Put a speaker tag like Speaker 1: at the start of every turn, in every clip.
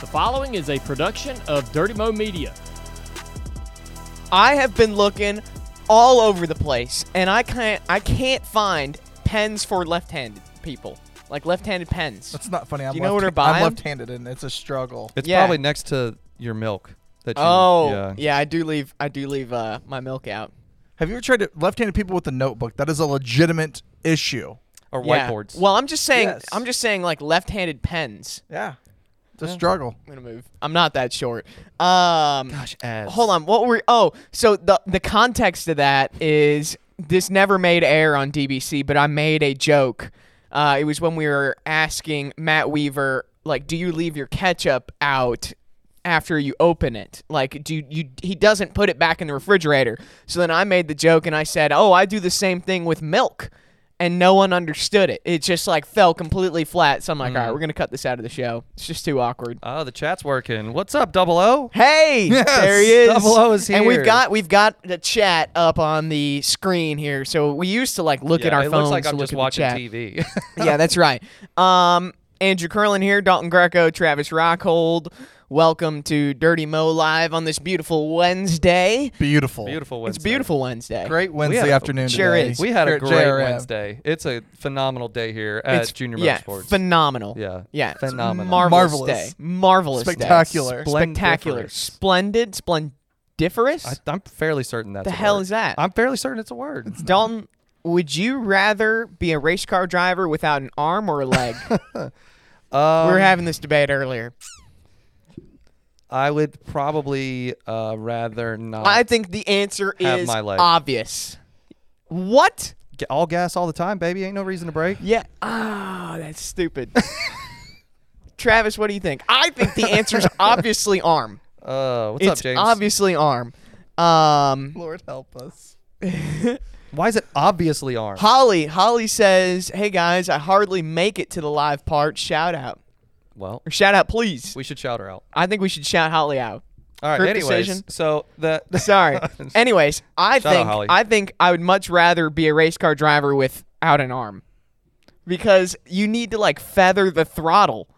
Speaker 1: The following is a production of Dirty Mo Media.
Speaker 2: I have been looking all over the place, and I can't I can't find pens for left-handed people, like left-handed pens.
Speaker 3: That's not funny. I'm
Speaker 2: you know what
Speaker 3: left-
Speaker 2: they're buying?
Speaker 3: I'm left-handed, and it's a struggle.
Speaker 4: It's
Speaker 2: Yeah.
Speaker 4: probably next to your milk. That you,
Speaker 2: oh, yeah.
Speaker 4: yeah.
Speaker 2: I do leave I do leave uh, my milk out.
Speaker 3: Have you ever tried to left-handed people with a notebook? That is a legitimate issue.
Speaker 4: or
Speaker 2: Yeah.
Speaker 4: whiteboards.
Speaker 2: Well, I'm just saying
Speaker 3: Yes.
Speaker 2: I'm just saying like left-handed pens.
Speaker 3: Yeah, it's a struggle.
Speaker 2: I'm gonna move. I'm not that short. Um,
Speaker 4: Gosh, ads.
Speaker 2: hold on. What were? Oh, so the the context of that is this never made air on DBC, but I made a joke. Uh, it was when we were asking Matt Weaver, like, do you leave your ketchup out after you open it? Like, do you, you? He doesn't put it back in the refrigerator. So then I made the joke and I said, oh, I do the same thing with milk. And no one understood it. It just like fell completely flat. So I'm like, all right, we're gonna cut this out of the show. It's just too awkward.
Speaker 4: Oh, the chat's working. What's up, Double O?
Speaker 2: Hey,
Speaker 3: Yes,
Speaker 2: there he is.
Speaker 4: Double O is
Speaker 2: And we've
Speaker 4: here.
Speaker 2: got we've got the chat up on the screen here. So we used to like look at our
Speaker 4: it
Speaker 2: phones.
Speaker 4: looks like
Speaker 2: to
Speaker 4: I'm
Speaker 2: look
Speaker 4: just
Speaker 2: at the
Speaker 4: watching
Speaker 2: chat.
Speaker 4: TV.
Speaker 2: yeah, that's right. Um, Andrew Curlin here, Dalton Greco, Travis Rockhold. Welcome to Dirty Mo Live on this beautiful Wednesday.
Speaker 3: Beautiful.
Speaker 4: beautiful
Speaker 2: It's
Speaker 4: Wednesday.
Speaker 2: a beautiful Wednesday.
Speaker 3: Great
Speaker 4: had
Speaker 3: Wednesday
Speaker 4: a-
Speaker 3: afternoon.
Speaker 2: Sure
Speaker 3: today.
Speaker 2: is.
Speaker 4: We had
Speaker 3: Here
Speaker 4: a
Speaker 3: at
Speaker 4: great
Speaker 3: JRM.
Speaker 4: Wednesday. It's a phenomenal day here at
Speaker 2: It's
Speaker 4: Junior
Speaker 2: yeah,
Speaker 4: Motorsports.
Speaker 2: phenomenal.
Speaker 4: yeah.
Speaker 2: Yeah, it's
Speaker 4: Phenomenal.
Speaker 2: Marvelous,
Speaker 3: Marvelous.
Speaker 2: day. Marvelous day.
Speaker 3: Spectacular.
Speaker 2: Spectacular.
Speaker 4: Splendiferous.
Speaker 2: Splendid. Splendiferous.
Speaker 4: I, I'm fairly certain that's
Speaker 2: the
Speaker 4: a
Speaker 2: hell
Speaker 4: word.
Speaker 2: is that?
Speaker 4: I'm fairly certain it's a word.
Speaker 2: Dalton, would you rather be a race car driver without an arm or a leg? we were
Speaker 4: Um,
Speaker 2: having this debate earlier.
Speaker 4: I would probably uh, rather not.
Speaker 2: I think the answer
Speaker 4: Have
Speaker 2: is
Speaker 4: my leg.
Speaker 2: obvious. What?
Speaker 4: G- all gas all the time, baby. Ain't no reason to break.
Speaker 2: Yeah. Ah, that's stupid. Travis, what do you think? I think the answer's obviously arm.
Speaker 4: Uh, what's
Speaker 2: it's
Speaker 4: up, James?
Speaker 2: obviously arm. Um,
Speaker 3: Lord help us.
Speaker 4: Why is it obviously armed?
Speaker 2: Holly, Holly says, "Hey guys, I hardly make it to the live part. Shout out
Speaker 4: well,
Speaker 2: or shout out, please.
Speaker 4: we should shout her out.
Speaker 2: I think we should shout Holly out."
Speaker 4: All right.
Speaker 2: Her
Speaker 4: anyways,
Speaker 2: decision.
Speaker 4: so the
Speaker 2: Sorry. Anyways, I
Speaker 4: Shout out,
Speaker 2: think
Speaker 4: Holly.
Speaker 2: I think I would much rather be a race car driver without an arm because you need to like feather the throttle.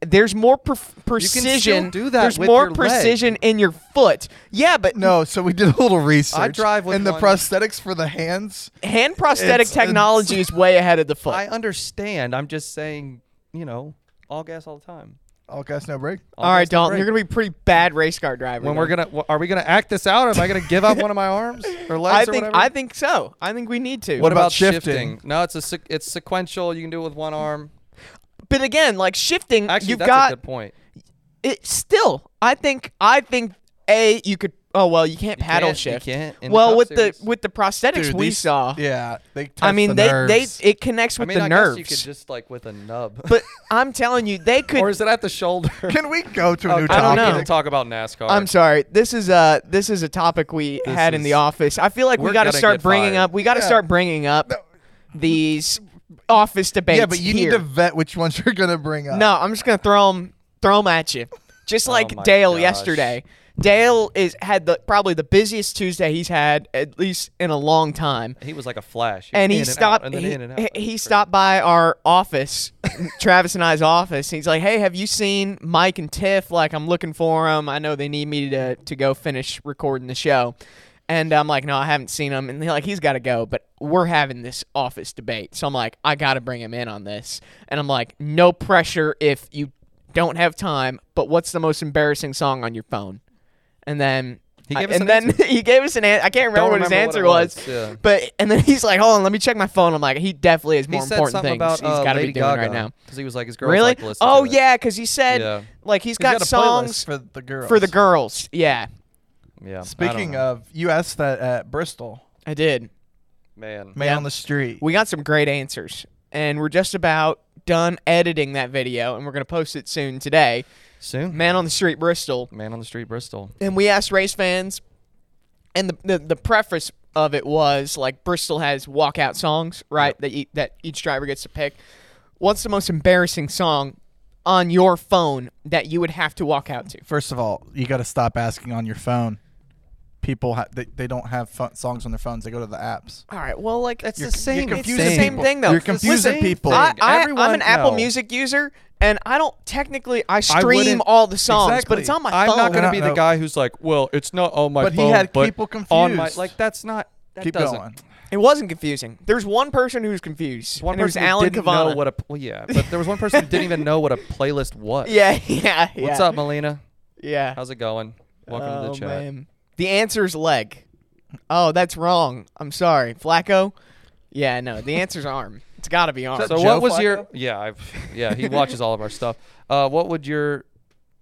Speaker 2: There's more per- precision.
Speaker 4: do that
Speaker 2: There's
Speaker 4: with
Speaker 2: more
Speaker 4: your leg.
Speaker 2: precision in your foot. Yeah, but
Speaker 3: No, so we did a little research.
Speaker 4: I drive with
Speaker 3: and the
Speaker 4: one.
Speaker 3: prosthetics for the hands.
Speaker 2: hand prosthetic
Speaker 3: It's-
Speaker 2: technology is way ahead of the foot.
Speaker 4: I understand. I'm just saying, you know, all gas all the time.
Speaker 3: All gas, no break.
Speaker 2: All right, Dalton, you're gonna be a pretty bad race car driver.
Speaker 4: When we're
Speaker 2: then.
Speaker 4: gonna, wh- are we gonna act this out? Am I gonna give up one of my arms or legs
Speaker 2: I
Speaker 4: or
Speaker 2: think
Speaker 4: whatever?
Speaker 2: I think so. I think we need to.
Speaker 3: What
Speaker 4: What about
Speaker 3: about
Speaker 4: shifting?
Speaker 3: shifting?
Speaker 4: No, it's a se- it's sequential. You can do it with one arm.
Speaker 2: but again, like shifting,
Speaker 4: Actually,
Speaker 2: you've
Speaker 4: that's
Speaker 2: got
Speaker 4: a good point.
Speaker 2: it still I think I think a you could oh well you can't paddle
Speaker 4: can't- you
Speaker 2: shift.
Speaker 4: can't in the
Speaker 2: well
Speaker 4: Cup
Speaker 2: with
Speaker 4: Series.
Speaker 2: the with the prosthetics
Speaker 3: Dude,
Speaker 2: we
Speaker 3: these-
Speaker 2: saw.
Speaker 3: Yeah, they. Test
Speaker 2: I mean
Speaker 3: the
Speaker 2: they
Speaker 3: nerves.
Speaker 2: they it connects
Speaker 4: I
Speaker 2: with
Speaker 4: mean,
Speaker 2: the
Speaker 4: I
Speaker 2: nerves.
Speaker 4: guess you could just like with a nub,
Speaker 2: but I'm telling you they
Speaker 4: or
Speaker 2: could
Speaker 4: is it at the shoulder?
Speaker 3: Can we go to a new
Speaker 2: I don't
Speaker 3: topic?
Speaker 2: know.
Speaker 4: We'll talk about NASCAR.
Speaker 2: I'm sorry. This is a this is a topic we
Speaker 4: This
Speaker 2: had in the
Speaker 4: is-
Speaker 2: office. I feel like we
Speaker 4: We're
Speaker 2: got to
Speaker 4: gonna
Speaker 2: start
Speaker 4: get
Speaker 2: bringing
Speaker 4: fired.
Speaker 2: up we got to start bringing up these office debates
Speaker 3: Yeah, but you
Speaker 2: here.
Speaker 3: need to vet which ones you're gonna bring up.
Speaker 2: No, I'm just gonna throw them throw 'em at you, just like
Speaker 4: Oh my
Speaker 2: Dale
Speaker 4: gosh.
Speaker 2: yesterday. Dale is had the probably the busiest Tuesday he's had at least in a long time,
Speaker 4: He was like a flash.
Speaker 2: and he
Speaker 4: in out,
Speaker 2: stopped.
Speaker 4: and then
Speaker 2: he,
Speaker 4: in and out.
Speaker 2: he-
Speaker 4: That's
Speaker 2: he
Speaker 4: great.
Speaker 2: stopped by our office, Travis and I's office. He's like, "Hey, have you seen Mike and Tiff? Like, I'm looking for them. I know they need me to to go finish recording the show." And I'm like, no, I haven't seen him. And they're like, he's got to go, but we're having this office debate. So I'm like, I got to bring him in on this. And I'm like, no pressure if you don't have time, but what's the most embarrassing song on your phone? And then
Speaker 4: He
Speaker 2: I-
Speaker 4: gave us
Speaker 2: and
Speaker 4: an
Speaker 2: then he gave us an answer. I can't remember what
Speaker 4: Don't
Speaker 2: his
Speaker 4: remember
Speaker 2: answer
Speaker 4: what it
Speaker 2: was,
Speaker 4: was, yeah.
Speaker 2: but and then he's like, hold on, let me check my phone. I'm like, he definitely has
Speaker 4: He
Speaker 2: more
Speaker 4: said
Speaker 2: important
Speaker 4: something
Speaker 2: things
Speaker 4: about
Speaker 2: he's
Speaker 4: uh,
Speaker 2: got to
Speaker 4: Lady
Speaker 2: be doing
Speaker 4: Gaga
Speaker 2: right now.
Speaker 4: because he was like his girl.
Speaker 2: Really?
Speaker 4: Like, listen
Speaker 2: oh
Speaker 4: to it.
Speaker 2: yeah, because he said
Speaker 4: Yeah.
Speaker 2: like he's
Speaker 4: He's got
Speaker 2: got,
Speaker 4: a playlist
Speaker 2: songs
Speaker 3: for the girls.
Speaker 2: for the girls. Yeah,
Speaker 4: yeah. I don't
Speaker 3: Speaking
Speaker 4: know.
Speaker 3: of, you asked that at Bristol.
Speaker 2: I did.
Speaker 4: man,
Speaker 3: Man
Speaker 2: Yeah.
Speaker 3: on the street.
Speaker 2: We got some great answers, and we're just about done editing that video, and we're gonna post it soon today.
Speaker 4: soon man,
Speaker 2: Man on the Street Bristol,
Speaker 4: on the street, Bristol.
Speaker 2: and we asked race fans, and the the, the preface of it was like Bristol has walkout songs, right? That e- that each driver gets to pick. What's the most embarrassing song on your phone that you would have to walk out to?
Speaker 3: First of all, you got to stop asking on your phone. people ha- they, they don't have fun- songs on their phones. They go to the apps.
Speaker 2: All right. Well, like
Speaker 4: That's
Speaker 2: you're-
Speaker 4: the same
Speaker 2: You're confusing
Speaker 3: It's the
Speaker 4: thing.
Speaker 2: same thing though.
Speaker 3: You're confusing
Speaker 4: same
Speaker 3: people.
Speaker 4: thing.
Speaker 2: I, I, I'm
Speaker 4: Everyone-
Speaker 2: an Apple
Speaker 4: no.
Speaker 2: Music user, and I don't technically I stream
Speaker 4: wouldn't-
Speaker 2: all the songs, but it's
Speaker 3: Exactly.
Speaker 2: on my
Speaker 4: I'm
Speaker 2: phone.
Speaker 4: not going to
Speaker 3: No,
Speaker 4: be
Speaker 3: no.
Speaker 4: the guy who's like, well, it's not on my
Speaker 3: But he
Speaker 4: phone.
Speaker 3: had
Speaker 4: but
Speaker 3: people
Speaker 4: On my,
Speaker 3: confused.
Speaker 4: like, that's not. That
Speaker 3: Keep
Speaker 4: doesn't.
Speaker 3: going.
Speaker 2: It wasn't confusing. There's one person who's confused.
Speaker 4: One
Speaker 2: and it was
Speaker 4: person who
Speaker 2: Alan
Speaker 4: didn't
Speaker 2: Cavana.
Speaker 4: know what a. Well, yeah, but there was one person who didn't even know what a playlist was.
Speaker 2: yeah, yeah, yeah.
Speaker 4: What's up, Melina?
Speaker 2: Yeah.
Speaker 4: How's it going? Welcome to the
Speaker 2: Oh,
Speaker 4: chat.
Speaker 2: man. The answer's leg. Oh, that's wrong. I'm sorry, Flacco. Yeah, no. The answer's arm. It's got to be arm.
Speaker 4: So
Speaker 3: Joe
Speaker 4: what was your?
Speaker 3: Flacco?
Speaker 4: Yeah, I've, yeah, he watches all of our stuff. Uh, what would your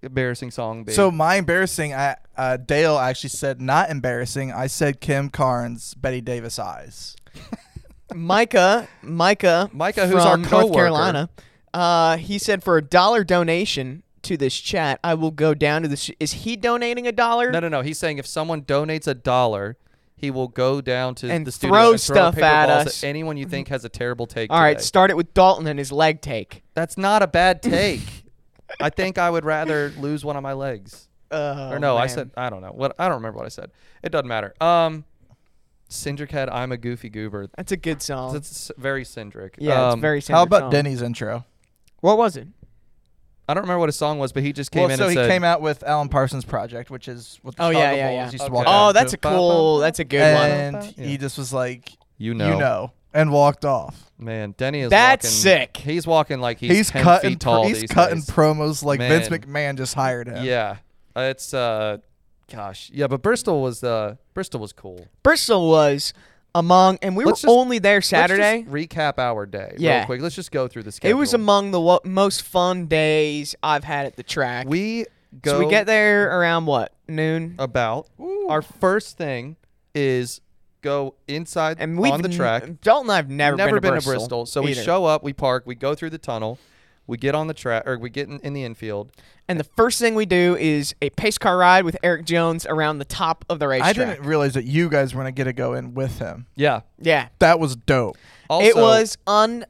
Speaker 4: embarrassing song be?
Speaker 3: So my embarrassing, I, uh, Dale actually said not embarrassing. I said Kim Carnes, Betty Davis eyes.
Speaker 2: Micah, Micah,
Speaker 4: Micah, who's our
Speaker 2: from North
Speaker 4: coworker.
Speaker 2: Carolina, uh, he said for a dollar donation to this chat, I will go down to the. Sh- is he donating a dollar?
Speaker 4: no, no, no. He's saying if someone donates a dollar, he will go down to
Speaker 2: And
Speaker 4: the studio
Speaker 2: throw
Speaker 4: and
Speaker 2: stuff
Speaker 4: paper
Speaker 2: at
Speaker 4: balls
Speaker 2: us.
Speaker 4: anyone you think has a terrible take.
Speaker 2: All right,
Speaker 4: today.
Speaker 2: start it with Dalton and his leg take.
Speaker 4: That's not a bad take. I think I would rather lose one of my legs.
Speaker 2: Oh,
Speaker 4: or no, I
Speaker 2: man.
Speaker 4: said I don't know. What I don't remember what I said. It doesn't matter. Um Cindric I'm a goofy goober.
Speaker 2: that's a good song.
Speaker 4: That's very Cindric.
Speaker 2: Oh. yeah,
Speaker 4: Um,
Speaker 2: it's very. Sandra
Speaker 3: How about
Speaker 2: song.
Speaker 3: Denny's intro?
Speaker 2: What was it?
Speaker 4: I don't remember what his song was, but he just came
Speaker 3: well,
Speaker 4: in
Speaker 3: so
Speaker 4: and
Speaker 3: he
Speaker 4: said
Speaker 3: came out with Alan Parsons Project, which is what the
Speaker 2: Oh, yeah,
Speaker 3: Chicago
Speaker 2: yeah, yeah.
Speaker 3: Bulls used to
Speaker 4: Okay.
Speaker 3: walk
Speaker 2: Oh,
Speaker 3: out
Speaker 2: that's a
Speaker 3: to.
Speaker 2: cool. That's a good one.
Speaker 3: and
Speaker 4: Yeah.
Speaker 3: he just was like,
Speaker 4: you know.
Speaker 3: you know, and walked off.
Speaker 4: Man, Denny is
Speaker 2: That's
Speaker 4: walking-
Speaker 2: sick.
Speaker 4: He's walking like he's,
Speaker 3: He's,
Speaker 4: 10
Speaker 3: cutting,
Speaker 4: feet tall
Speaker 3: he's
Speaker 4: these
Speaker 3: cutting
Speaker 4: days.
Speaker 3: promos like Vince
Speaker 4: Man.
Speaker 3: McMahon just hired him.
Speaker 4: Yeah. It's uh gosh. Yeah, but Bristol was uh Bristol was cool.
Speaker 2: Bristol was among, and we were
Speaker 4: Let's just-
Speaker 2: only there Saturday.
Speaker 4: Let's just recap our day
Speaker 2: Yeah.
Speaker 4: real quick. Let's just go through the schedule.
Speaker 2: it was among the wo- most fun days I've had at the track.
Speaker 4: we go Uh,
Speaker 2: so we get there around what noon?
Speaker 4: about. Our first thing is go inside
Speaker 2: and we've
Speaker 4: on the
Speaker 2: n-
Speaker 4: track.
Speaker 2: Dalton and I've never,
Speaker 4: Never
Speaker 2: been, to, Bristol
Speaker 4: so we
Speaker 2: either.
Speaker 4: show up, we park, we go through the tunnel, we get on the track, or we get in, in the infield.
Speaker 2: And the first thing we do is a pace car ride with Eric Jones around the top of the racetrack.
Speaker 3: I didn't realize that you guys were gonna get to go in with him.
Speaker 4: Yeah.
Speaker 2: Yeah,
Speaker 3: That was dope.
Speaker 4: Also,
Speaker 2: it was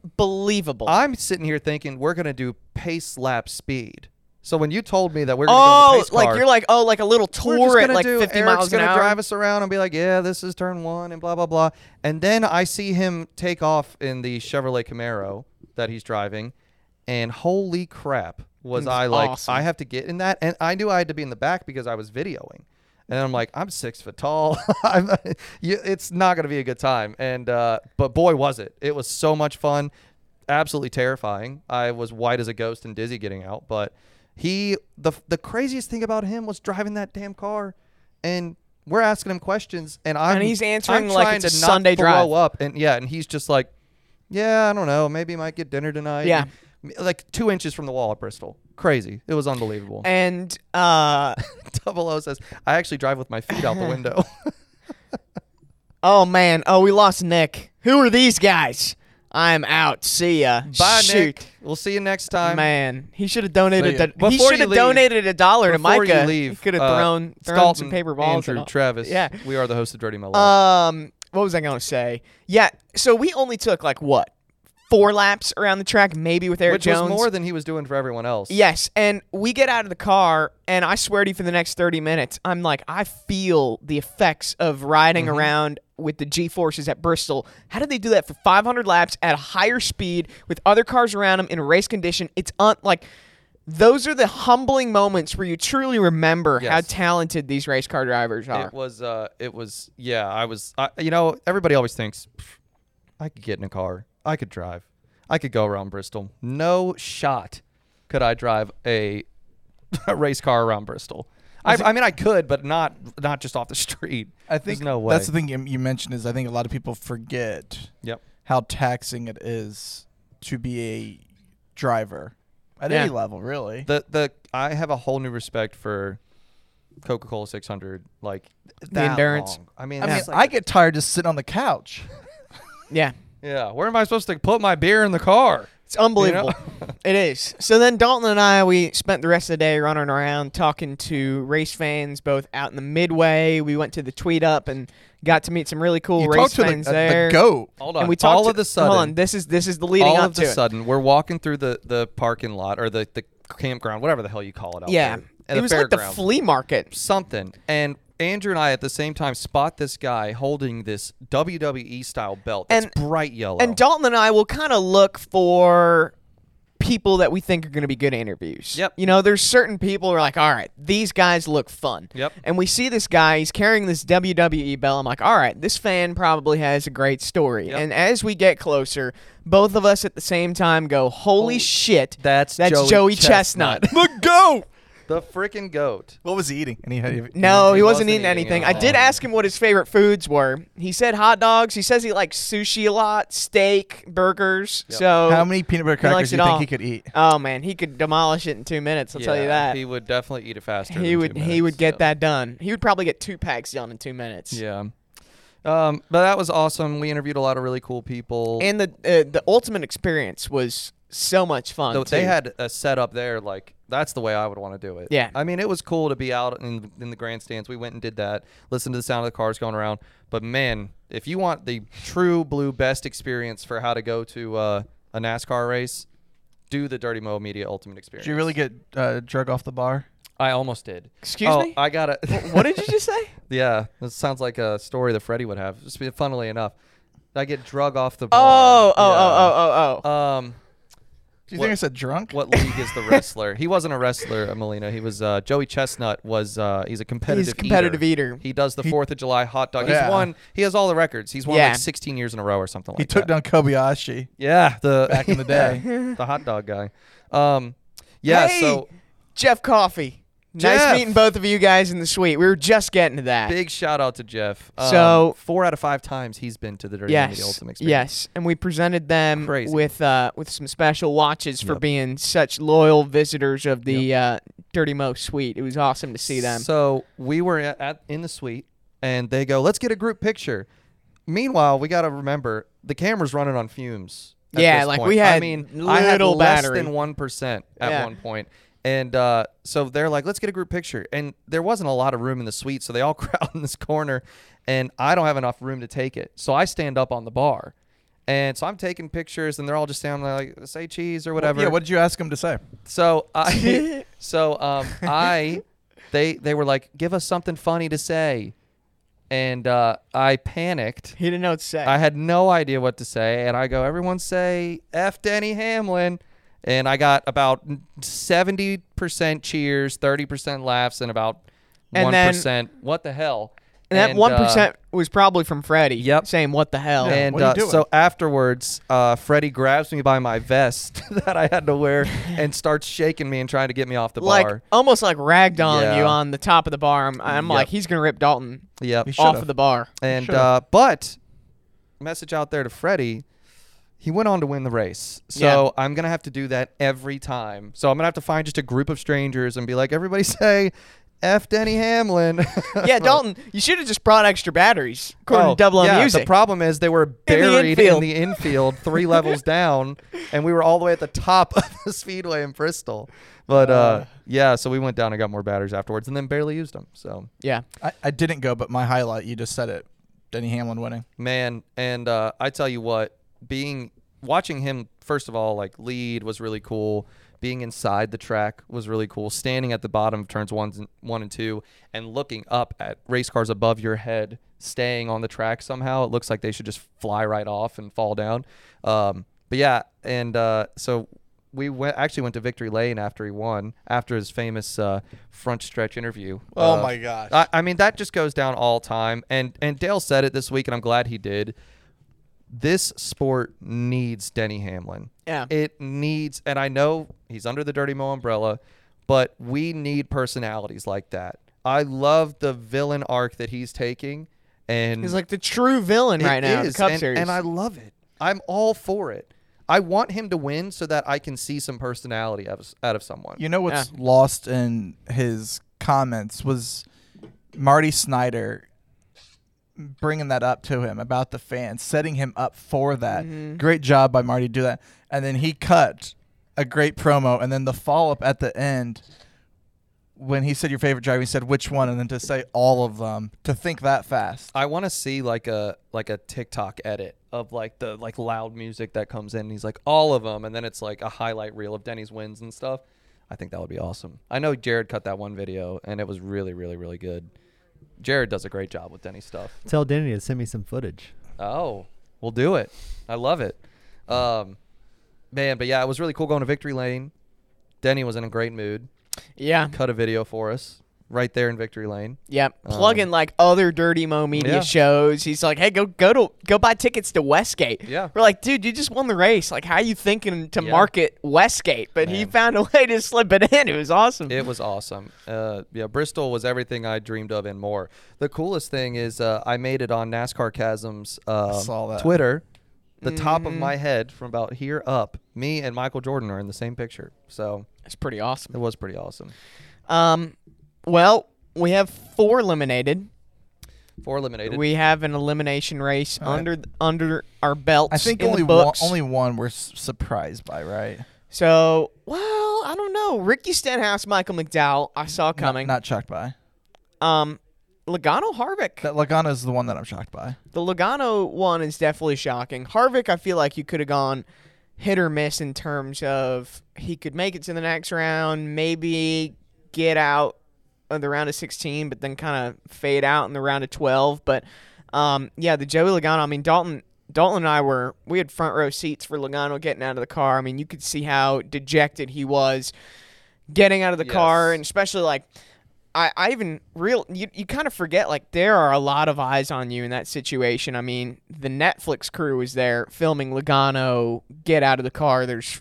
Speaker 2: unbelievable.
Speaker 4: I'm sitting here thinking we're gonna do pace lap speed. So when you told me that we're gonna go in
Speaker 2: oh,
Speaker 4: the pace
Speaker 2: like
Speaker 4: car,
Speaker 2: you're like oh, like a little tour
Speaker 4: we're just
Speaker 2: at
Speaker 4: gonna
Speaker 2: like
Speaker 4: do,
Speaker 2: 50
Speaker 4: Eric's
Speaker 2: miles
Speaker 4: gonna
Speaker 2: an hour.
Speaker 4: drive us around and be like, yeah, this is turn one and blah blah blah. And then I see him take off in the Chevrolet Camaro that he's driving, and holy crap, was
Speaker 2: It's
Speaker 4: I like,
Speaker 2: awesome.
Speaker 4: I have to get in that, and I knew I had to be in the back because I was videoing. And I'm like, I'm six foot tall. I'm, you, it's not gonna be a good time. And uh, but boy, was it! It was so much fun, absolutely terrifying. I was white as a ghost and dizzy getting out. But he, the the craziest thing about him was driving that damn car, and we're asking him questions, and I'm
Speaker 2: he's answering
Speaker 4: I'm
Speaker 2: like
Speaker 4: trying
Speaker 2: it's a
Speaker 4: to not
Speaker 2: Sunday
Speaker 4: throw
Speaker 2: drive.
Speaker 4: up, and yeah, and he's just like, yeah, I don't know, maybe might get dinner tonight.
Speaker 2: Yeah.
Speaker 4: And, like two inches from the wall at Bristol. Crazy. It was unbelievable.
Speaker 2: And uh,
Speaker 4: Double O says, I actually drive with my feet out the window.
Speaker 2: oh man, oh we lost Nick. Who are these guys? I'm out. See ya.
Speaker 4: Bye,
Speaker 2: Shoot.
Speaker 4: Nick. We'll see you next time.
Speaker 2: Man, he should have donated.
Speaker 3: So, yeah.
Speaker 2: the, he
Speaker 4: Before
Speaker 2: should
Speaker 4: you
Speaker 2: have
Speaker 4: leave-
Speaker 2: donated a dollar to
Speaker 4: Before
Speaker 2: Micah.
Speaker 4: you leave,
Speaker 2: he could have
Speaker 4: uh,
Speaker 2: thrown, thrown
Speaker 4: Dalton,
Speaker 2: some paper balls.
Speaker 4: Andrew,
Speaker 2: and all-
Speaker 4: Travis.
Speaker 2: Yeah.
Speaker 4: we are the host of Dirty Mo. Live.
Speaker 2: Um, what was I gonna say? Yeah, so we only took like what four laps around the track, maybe with Eric
Speaker 4: which
Speaker 2: Jones.
Speaker 4: was more than he was doing for everyone else.
Speaker 2: yes, and we get out of the car, and I swear to you, for the next thirty minutes, I'm like, I feel the effects of riding
Speaker 4: Mm-hmm.
Speaker 2: around with the G forces at Bristol. How did they do that for 500 laps at a higher speed with other cars around them in a race condition? It's un- like. Those are the humbling moments where you truly remember how
Speaker 4: Yes.
Speaker 2: talented these race car drivers are.
Speaker 4: It was. Uh, it was. Yeah, I was. I, you know, everybody always thinks "Pff, I could get in a car. I could drive. I could go around Bristol. No shot could I drive a, a race car around Bristol. I, I mean, I could, but not not just off the street.
Speaker 3: I think
Speaker 4: There's no way.
Speaker 3: that's the thing you, you mentioned is I think a lot of people forget
Speaker 4: Yep.
Speaker 3: how taxing it is to be a driver at
Speaker 2: Yeah.
Speaker 3: any level, really.
Speaker 4: the the I have a whole new respect for Coca Cola 600. Like that
Speaker 2: endurance.
Speaker 4: long. I mean,
Speaker 3: I mean,
Speaker 4: that's
Speaker 3: I
Speaker 4: like-
Speaker 3: get tired just sitting on the couch.
Speaker 2: yeah.
Speaker 4: yeah. Where am I supposed to put my beer in the car?
Speaker 2: It's unbelievable. it is. So then Dalton and I, we spent the rest of the day running around talking to race fans, both out in the midway. We went to the tweet up and got to meet some really cool
Speaker 3: you talk
Speaker 2: race
Speaker 3: to the,
Speaker 2: fans
Speaker 3: uh,
Speaker 2: there.
Speaker 3: the goat.
Speaker 4: Hold on.
Speaker 2: And we talked
Speaker 4: all
Speaker 2: to-
Speaker 4: of the sudden,
Speaker 2: Hold on, this is this is the leading
Speaker 4: all
Speaker 2: up
Speaker 4: of
Speaker 2: to
Speaker 4: the
Speaker 2: it.
Speaker 4: sudden, we're walking through the the parking lot or the the campground, whatever the hell you call it out
Speaker 2: yeah,
Speaker 4: there. at
Speaker 2: it was like the
Speaker 4: fairground.
Speaker 2: flea market.
Speaker 4: something, and Andrew and I at the same time spot this guy holding this WWE style belt that's
Speaker 2: And-
Speaker 4: bright yellow.
Speaker 2: And Dalton and I will kind of look for people that we think are going to be good interviews.
Speaker 4: Yep.
Speaker 2: You know, there's certain people who are like, all right, these guys look fun.
Speaker 4: Yep.
Speaker 2: And we see this guy, he's carrying this WWE belt. I'm like, all right, this fan probably has a great story.
Speaker 4: Yep.
Speaker 2: And as we get closer, both of us at the same time go, holy shit,
Speaker 4: Oh, that's
Speaker 2: that's
Speaker 4: Joey
Speaker 2: Joey,
Speaker 4: Chestnut."
Speaker 2: Chestnut.
Speaker 3: The goat.
Speaker 4: the freaking goat.
Speaker 3: What was he eating? And he had,
Speaker 2: No,
Speaker 4: He
Speaker 2: he,
Speaker 4: wasn't
Speaker 2: wasn't, eating
Speaker 4: eating
Speaker 2: anything.
Speaker 4: at
Speaker 2: I did
Speaker 4: all.
Speaker 2: ask him what his favorite foods were. He said hot dogs. He says he likes sushi a lot, steak, burgers. So
Speaker 3: How many peanut butter
Speaker 2: he likes
Speaker 3: crackers do
Speaker 2: it
Speaker 3: you think
Speaker 2: all.
Speaker 3: he could eat?
Speaker 2: Oh man, he could demolish it in two minutes. I'll tell you
Speaker 4: Yeah,
Speaker 2: that.
Speaker 4: He
Speaker 2: He,
Speaker 4: would definitely eat it faster. than two
Speaker 2: would he
Speaker 4: minutes,
Speaker 2: would get
Speaker 4: yeah.
Speaker 2: that done. He would probably get two packs done in two minutes.
Speaker 4: Yeah. Um, but that was awesome. We interviewed a lot of really cool people.
Speaker 2: And the uh, the ultimate experience was so much fun.
Speaker 4: Though they
Speaker 2: too.
Speaker 4: had a setup there, like that's the way I would want to do it.
Speaker 2: Yeah.
Speaker 4: I mean, it was cool to be out in in the grandstands. We went and did that, listened to the sound of the cars going around. But man, if you want the true blue best experience for how to go to uh, a NASCAR race, do the Dirty Mo Media Ultimate Experience.
Speaker 3: Did you really get uh, drug off the bar?
Speaker 4: I almost did.
Speaker 2: Excuse
Speaker 4: Oh,
Speaker 2: me?
Speaker 4: I got it.
Speaker 2: What did you just say?
Speaker 4: Yeah, this sounds like a story that Freddie would have. Just be- funnily enough, I get drug off the
Speaker 2: Oh,
Speaker 4: bar.
Speaker 2: oh, oh, oh, oh, oh.
Speaker 4: oh. Um,
Speaker 3: Do you
Speaker 4: What-
Speaker 3: think I said drunk?
Speaker 4: what league is the wrestler? He wasn't a wrestler, uh, Molina. He was uh, Joey Chestnut. Was uh, he's a competitive?
Speaker 2: competitive eater.
Speaker 4: He does the Fourth of July hot dog.
Speaker 3: Yeah.
Speaker 4: He's won. He has all the records. He's won
Speaker 2: Yeah.
Speaker 4: like 16 years in a row or something
Speaker 3: He
Speaker 4: like
Speaker 3: took down
Speaker 4: that.
Speaker 3: Kobayashi.
Speaker 4: yeah, the
Speaker 3: back in the day.
Speaker 4: yeah, the hot dog guy. Um, yeah.
Speaker 2: Hey!
Speaker 4: So
Speaker 2: Jeff Coffee.
Speaker 4: Jeff!
Speaker 2: Nice meeting both of you guys in the suite. We were just getting to that.
Speaker 4: big shout out to Jeff. Um,
Speaker 2: So-
Speaker 4: four out of five times he's been to the Dirty Media
Speaker 2: yes,
Speaker 4: Ultimate Experience.
Speaker 2: yes, and we presented them
Speaker 4: Crazy.
Speaker 2: with uh, with some special watches for
Speaker 4: Yep.
Speaker 2: being such loyal visitors of the uh, Dirty Mo suite. It was awesome to see them.
Speaker 4: So we were at, at- in the suite, and they go, "Let's get a group picture." Meanwhile, we got to remember the camera's running on fumes. at
Speaker 2: Yeah,
Speaker 4: this
Speaker 2: like,
Speaker 4: point.
Speaker 2: we
Speaker 4: I
Speaker 2: had
Speaker 4: mean, I had
Speaker 2: little
Speaker 4: less
Speaker 2: battery.
Speaker 4: than one percent at
Speaker 2: Yeah.
Speaker 4: one point. And uh, so they're like, let's get a group picture. And there wasn't a lot of room in the suite, so they all crowd in this corner, and I don't have enough room to take it. So I stand up on the bar, and so I'm taking pictures, and they're all just standing there like, say cheese or whatever.
Speaker 3: Yeah, what did you ask him to say?
Speaker 4: So I, so um, I, they they were like, give us something funny to say, and uh, I panicked.
Speaker 2: he didn't know what to say.
Speaker 4: I had no idea what to say, and I go, everyone say "f Denny Hamlin," and I got about seventy percent cheers, thirty percent laughs, and about
Speaker 2: And
Speaker 4: one
Speaker 2: then-
Speaker 4: percent. What the hell?
Speaker 2: and that
Speaker 4: And,
Speaker 2: one
Speaker 4: uh,
Speaker 2: was probably from Freddie.
Speaker 4: Yep.
Speaker 2: saying what the hell.
Speaker 4: and
Speaker 3: what are you
Speaker 4: uh,
Speaker 3: doing?
Speaker 4: so afterwards, uh, Freddie grabs me by my vest that I had to wear and starts shaking me and trying to get me off the
Speaker 2: like
Speaker 4: bar.
Speaker 2: almost like ragdolling
Speaker 4: Yeah. Mm,
Speaker 2: you on the top of the bar. I'm, I'm
Speaker 4: Yep.
Speaker 2: like, he's gonna rip Dalton
Speaker 4: Yep.
Speaker 3: He
Speaker 2: off
Speaker 3: should've.
Speaker 2: of the bar.
Speaker 4: And
Speaker 3: Sure.
Speaker 4: uh, but message out there to Freddie. He went on to win the race. So I'm gonna have to do that every time. So I'm gonna have to find just a group of strangers and be like, everybody say F Denny Hamlin.
Speaker 2: yeah, Dalton, you should have just brought extra batteries. According
Speaker 4: Oh,
Speaker 2: to Double
Speaker 4: yeah,
Speaker 2: M Music.
Speaker 4: The problem is they were buried in
Speaker 2: infield.
Speaker 4: the infield, three levels down, and we were all the way at the top of the speedway in Bristol. But uh, yeah, so we went down and got more batteries afterwards, and then barely used them. So
Speaker 2: yeah.
Speaker 3: I, I didn't go, but my highlight, you just said it. Denny Hamlin winning.
Speaker 4: man and uh, i tell you what being watching him first of all like lead was really cool being inside the track was really cool standing at the bottom of turns one and, one and two and looking up at race cars above your head staying on the track somehow it looks like they should just fly right off and fall down um, but yeah and uh, so we went actually went to victory lane after he won after his famous uh, front stretch interview
Speaker 3: Oh
Speaker 4: Uh,
Speaker 3: my gosh.
Speaker 4: I, I mean, that just goes down all time. And and Dale said it this week, and I'm glad he did. This sport needs Denny Hamlin.
Speaker 2: Yeah.
Speaker 4: It needs, and I know he's under the Dirty Mo umbrella, but we need personalities like that. I love the villain arc that he's taking, and
Speaker 2: He's like the true villain
Speaker 4: it
Speaker 2: right now in the
Speaker 4: is,
Speaker 2: Cup
Speaker 4: and,
Speaker 2: Series.
Speaker 4: and I love it. I'm all for it. I want him to win so that I can see some personality out of, out of someone.
Speaker 3: You know what's lost in his comments was Marty Snyder bringing that up to him about the fans, setting him up for that.
Speaker 4: Mm-hmm.
Speaker 3: Great job by Marty to do that. And then he cut a great promo, and then the follow up at the end when he said your favorite driver, he said which one, and then to say all of them, to think that fast.
Speaker 4: I want to see like a like a TikTok edit of like the like loud music that comes in. And he's like all of them, and then it's like a highlight reel of Denny's wins and stuff. I think that would be awesome. I know Jared cut that one video, and it was really, really, really good. Jared does a great job with Denny's stuff.
Speaker 5: Tell Denny to send me some footage.
Speaker 4: Oh, we'll do it. I love it. Um, man, but yeah, it was really cool going to Victory Lane. Denny was in a great mood.
Speaker 2: Yeah.
Speaker 4: Cut a video for us right there in Victory Lane.
Speaker 2: Yeah, plug in
Speaker 4: Um,
Speaker 2: like other Dirty Mo media
Speaker 4: yeah.
Speaker 2: shows. He's like, hey, go go to go buy tickets to Westgate.
Speaker 4: Yeah.
Speaker 2: we're like, dude, you just won the race. Like, how you thinking to
Speaker 4: Yeah.
Speaker 2: market Westgate? But he
Speaker 4: Man.
Speaker 2: found a way to slip it in. It was awesome.
Speaker 4: It was awesome. Uh, yeah, Bristol was everything I dreamed of and more. The coolest thing is uh, I made it on NASCAR Chasm's uh,
Speaker 3: saw that. Mm-hmm.
Speaker 4: Twitter. The top of my head from about here up, me and Michael Jordan are in the same picture. So
Speaker 2: It's pretty awesome.
Speaker 4: it was pretty awesome.
Speaker 2: Um, well, we have four eliminated.
Speaker 4: Four eliminated.
Speaker 2: We have an elimination race
Speaker 3: All right.
Speaker 2: under th- under our belts.
Speaker 3: I think
Speaker 2: in the
Speaker 3: only one,
Speaker 2: books.
Speaker 3: only one we're s- surprised by, right?
Speaker 2: So, well, I don't know. Ricky Stenhouse, Michael McDowell, I saw coming.
Speaker 3: Not shocked by.
Speaker 2: um, Logano Harvick.
Speaker 3: That Logano's the one that I'm shocked by.
Speaker 2: The Logano one is definitely shocking. Harvick, I feel like you could have gone hit or miss in terms of he could make it to the next round, maybe get out of the round of 16, but then kind of fade out in the round of 12. But um, yeah, the Joey Logano. I mean, Dalton. Dalton and I were we had front row seats for Logano getting out of the car. I mean, you could see how dejected he was getting out of the car,
Speaker 4: Yes.
Speaker 2: and especially like I, I even real you, you kind of forget like there are a lot of eyes on you in that situation. I mean, the Netflix crew was there filming Logano get out of the car. There's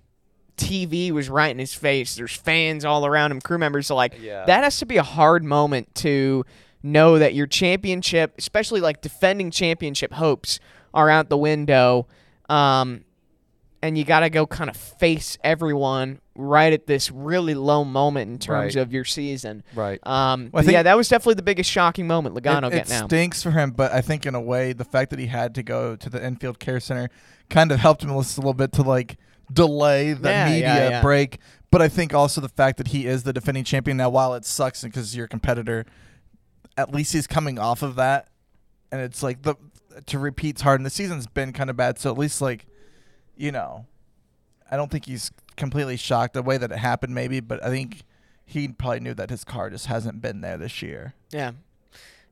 Speaker 2: TV was right in his face. There's fans all around him, crew members. So like
Speaker 4: Yeah.
Speaker 2: that has to be a hard moment to know that your championship, especially like defending championship hopes, are out the window. Um, and you got to go kind of face everyone right at this really low moment in terms
Speaker 4: Right.
Speaker 2: of your season.
Speaker 4: right.
Speaker 2: Um,
Speaker 3: Well,
Speaker 2: but
Speaker 3: I
Speaker 2: yeah,
Speaker 3: think-
Speaker 2: that was definitely the biggest shocking moment. Logano
Speaker 3: it, it
Speaker 2: getting out.
Speaker 3: stinks for him, but I think in a way, the fact that he had to go to the infield care center kind of helped him just a little bit to like delay the
Speaker 2: Yeah, yeah,
Speaker 3: media
Speaker 2: yeah.
Speaker 3: break. But I think also the fact that he is the defending champion now, while it sucks because you're a competitor, at least he's coming off of that, and it's like the to repeat's hard, and the season's been kind of bad. So at least like, you know, I don't think he's completely shocked the way that it happened, maybe, but I think. He probably knew that his car just hasn't been there this year.
Speaker 2: Yeah.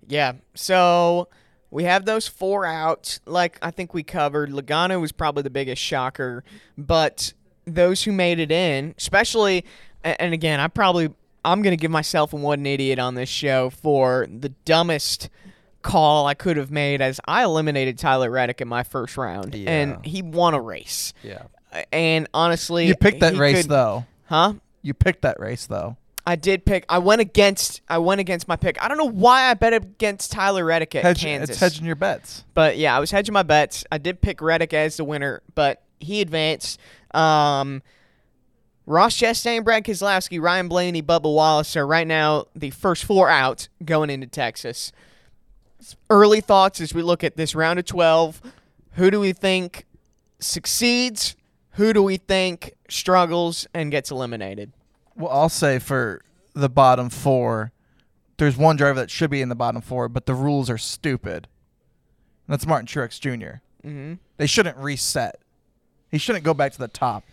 Speaker 2: Yeah. So we have those four out. Like I think we covered, Logano was probably the biggest shocker, but those who made it in, especially, a- and again, I probably I'm gonna give myself a one idiot on this show for the dumbest call I could have made as I eliminated Tyler Reddick in my first round, and
Speaker 4: Yeah.
Speaker 2: he won a race.
Speaker 4: Yeah.
Speaker 2: A- And honestly,
Speaker 3: You picked that
Speaker 2: he
Speaker 3: race
Speaker 2: could-
Speaker 3: though.
Speaker 2: huh?
Speaker 3: You picked that race though.
Speaker 2: I did pick. I went against. I went against my pick. I don't know why I bet against Tyler Reddick at
Speaker 3: Hedge,
Speaker 2: Kansas.
Speaker 3: It's hedging your bets.
Speaker 2: But yeah, I was hedging my bets. I did pick Reddick as the winner, but he advanced. Um, Ross Chastain, Brad Keselowski, Ryan Blaney, Bubba Wallace are right now the first four out going into Texas. Early thoughts as we look at this round of 12. Who do we think succeeds? Who do we think struggles and gets eliminated?
Speaker 3: Well, I'll say for the bottom four, there's one driver that should be in the bottom four, but the rules are stupid. And that's Martin Truex junior
Speaker 2: Mm-hmm.
Speaker 3: They shouldn't reset. He shouldn't go back to the top.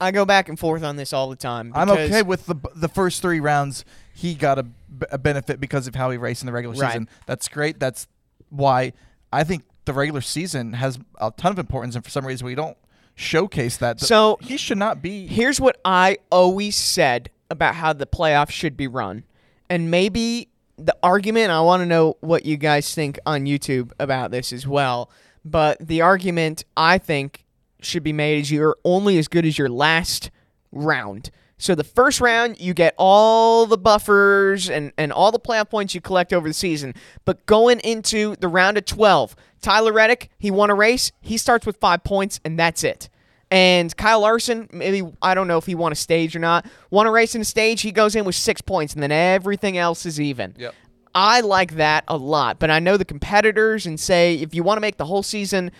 Speaker 2: I go back and forth on this all the time.
Speaker 3: I'm
Speaker 2: because-
Speaker 3: okay with the the first three rounds. He got a, b- a benefit because of how he raced in the regular
Speaker 2: Right.
Speaker 3: season. That's great. That's why I think the regular season has a ton of importance, and for some reason we don't showcase that. The-
Speaker 2: So-
Speaker 3: he should not be
Speaker 2: Here's what I always said about how the playoffs should be run. And maybe the argument, I want to know what you guys think on YouTube about this as well. But the argument I think should be made is you're only as good as your last round. So the first round, you get all the buffers and, and all the playoff points you collect over the season. But going into the round of 12, Tyler Reddick, he won a race. He starts with five points, and that's it. And Kyle Larson, maybe I don't know if he won a stage or not. Won a race in a stage, he goes in with six points, and then everything else is even.
Speaker 4: Yep.
Speaker 2: I like that a lot, but I know the competitors and say if you want to make the whole season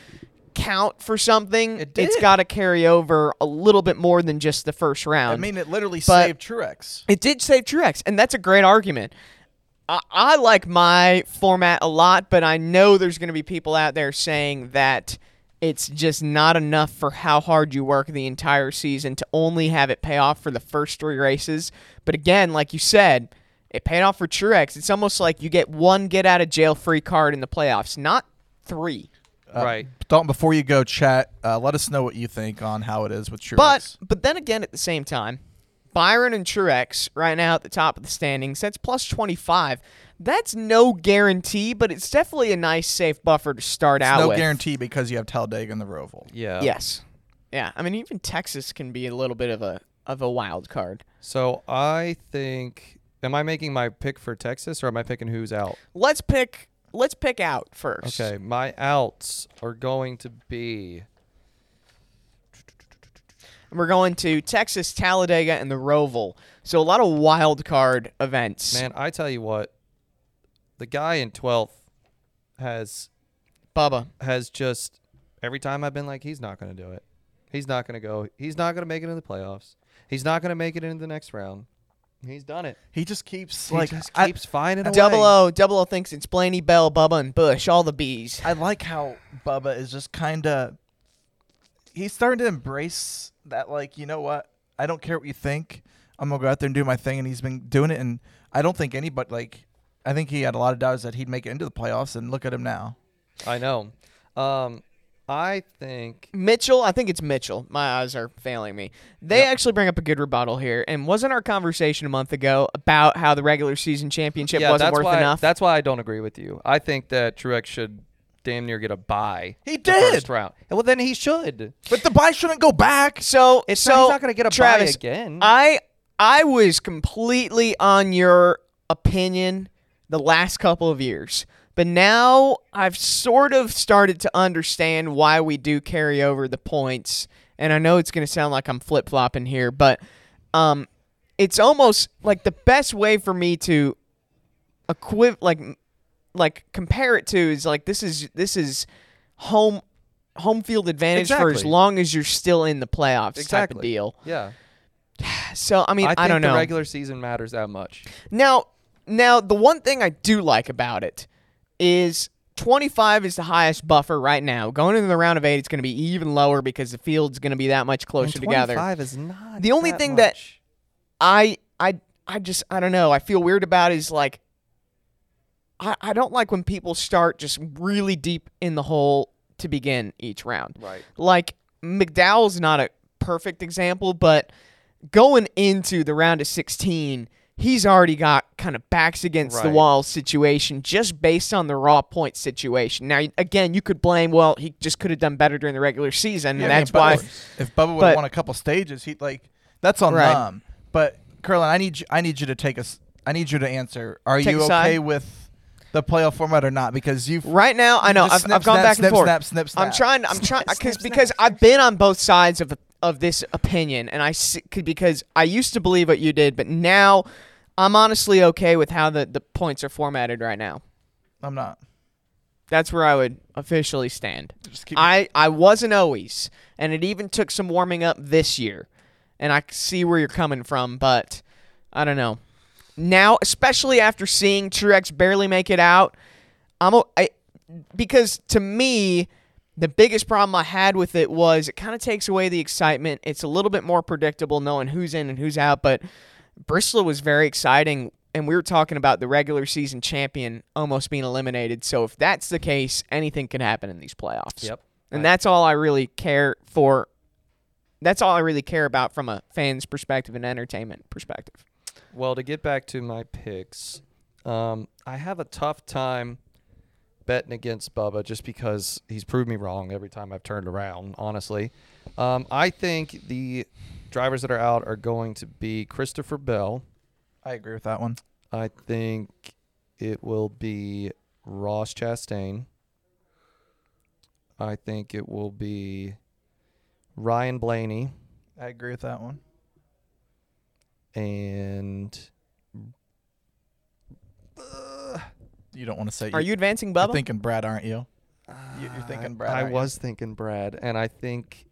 Speaker 2: count for something,
Speaker 3: It
Speaker 2: has
Speaker 3: did.
Speaker 2: got to carry over a little bit more than just the first round.
Speaker 3: I mean, it literally
Speaker 2: but-
Speaker 3: saved Truex.
Speaker 2: It did save Truex, and that's a great argument. I, I like my format a lot, but I know there's going to be people out there saying that it's just not enough for how hard you work the entire season to only have it pay off for the first three races. But again, like you said, It paid off for Truex. It's almost like you get one get out of jail free card in the playoffs, not three.
Speaker 3: Uh,
Speaker 4: right.
Speaker 3: Dalton, before you go, chat. Uh, let us know what you think on how it is with Truex.
Speaker 2: But but then again, at the same time, Byron and Truex right now at the top of the standings. That's plus twenty five. That's no guarantee, but it's definitely a nice safe buffer to start
Speaker 3: It's
Speaker 2: out
Speaker 3: no
Speaker 2: with.
Speaker 3: guarantee because you have Talladega in the Roval.
Speaker 4: Yeah.
Speaker 2: Yes. Yeah. I mean, even Texas can be a little bit of a of a wild card.
Speaker 4: So I think. Am I making my pick for Texas or am I picking who's out?
Speaker 2: Let's pick. Let's pick out first.
Speaker 4: Okay, my outs are going to be
Speaker 2: We're going to Texas, Talladega, and the Roval. So a lot of wild card events.
Speaker 4: man. I tell you what, the guy in twelfth has
Speaker 2: Bubba.
Speaker 4: has just every time I've been like, he's not going to do it. He's not going to go. He's not going to make it in the playoffs. He's not going to make it into the next round. He's done it.
Speaker 3: He just keeps
Speaker 4: He
Speaker 3: like
Speaker 4: just
Speaker 3: I-
Speaker 4: keeps finding a
Speaker 2: Double
Speaker 4: way.
Speaker 2: O, Double O thinks it's Blaney Bell, Bubba, and Bush, all the bees.
Speaker 3: I like how Bubba is just kind of. He's starting to embrace that, like, you know what? I don't care what you think. I'm going to go out there and do my thing. And he's been doing it. And I don't think anybody, like, I think he had a lot of doubts that he'd make it into the playoffs. And look at him now.
Speaker 4: I know. Um, I think
Speaker 2: Mitchell, I think it's Mitchell. My eyes are failing me. They actually bring up a good rebuttal here. And wasn't our conversation a month ago about how the regular season championship
Speaker 4: yeah,
Speaker 2: wasn't
Speaker 4: that's
Speaker 2: worth
Speaker 4: why
Speaker 2: enough?
Speaker 4: that's why I don't agree with you. I think that Truex should damn near get a bye.
Speaker 3: He
Speaker 4: the first
Speaker 3: did!
Speaker 4: round. Well, then he should.
Speaker 3: But the buy shouldn't go back.
Speaker 2: so
Speaker 4: It's
Speaker 2: so
Speaker 4: not- he's not gonna get a bye
Speaker 2: Travis,
Speaker 4: again.
Speaker 2: I I was completely on your opinion the last couple of years. But now I've sort of started to understand why we do carry over the points. And I know it's going to sound like I'm flip flopping here, but um, it's almost like the best way for me to equiv like like compare it to is like this is this is home home field advantage for as
Speaker 4: Exactly.
Speaker 2: long as you're still in the playoffs type of
Speaker 4: Exactly.
Speaker 2: deal.
Speaker 4: Yeah.
Speaker 2: So I mean, I,
Speaker 4: think
Speaker 2: don't
Speaker 4: the
Speaker 2: know.
Speaker 4: regular season matters that much.
Speaker 2: now, now the one thing I do like about it is 25 is the highest buffer right now. Going into the round of eight, it's going to be even lower because the field's going to be that much closer together.
Speaker 4: is not
Speaker 2: The only thing that-
Speaker 4: much.
Speaker 2: I, I, I just I don't know. I feel weird about is like. I, I don't like when people start just really deep in the hole to begin each round.
Speaker 4: Right.
Speaker 2: Like McDowell's not a perfect example, but going into the round of 16, he's already got kind of backs against the
Speaker 4: Right.
Speaker 2: wall situation just based on the raw point situation. Now, again, you could blame, well, he just could have done better during the regular season, and that's why.
Speaker 3: If Bubba would
Speaker 2: but-
Speaker 3: have won a couple stages, he'd like. That's on
Speaker 2: Right.
Speaker 3: them. But, Curlin, I need, you, I need you to take us. I need you to answer. Are
Speaker 2: Take
Speaker 3: you
Speaker 2: a
Speaker 3: okay
Speaker 2: side.
Speaker 3: with the playoff format or not? Because you've.
Speaker 2: Right now, I know
Speaker 3: Just
Speaker 2: I've,
Speaker 3: snip,
Speaker 2: I've gone
Speaker 3: snap,
Speaker 2: back and
Speaker 3: snip,
Speaker 2: forth.
Speaker 3: snap, snip,
Speaker 2: I'm
Speaker 3: snap.
Speaker 2: trying. I'm trying because because I've been on both sides of of this opinion, and I s- could- because I used to believe what you did, but now I'm honestly okay with how the the points are formatted right now.
Speaker 3: I'm not.
Speaker 2: That's where I would officially stand.
Speaker 3: Just keep
Speaker 2: I, I wasn't always, and it even took some warming up this year. And I see where you're coming from, but I don't know. Now, especially after seeing Truex barely make it out, I'm o- I, because to me, the biggest problem I had with it was it kind of takes away the excitement. It's a little bit more predictable knowing who's in and who's out, but Bristol was very exciting. And we were talking about the regular season champion almost being eliminated. So if that's the case, anything can happen in these playoffs.
Speaker 4: Yep.
Speaker 2: And
Speaker 4: I-
Speaker 2: that's all I really care for. That's all I really care about from a fan's perspective and entertainment perspective.
Speaker 4: Well, to get back to my picks, um, I have a tough time betting against Bubba just because he's proved me wrong every time I've turned around, honestly. Um, I think the drivers that are out are going to be Christopher Bell.
Speaker 3: I agree with that one.
Speaker 4: I think it will be Ross Chastain. I think it will be Ryan Blaney
Speaker 3: I agree with that one.
Speaker 4: and
Speaker 3: You don't want to say.
Speaker 2: Are you advancing, Bubba?
Speaker 3: You're thinking Brad, aren't you? You- You're thinking Brad.
Speaker 4: Uh, I
Speaker 3: aren't you?
Speaker 4: was thinking Brad, and I think,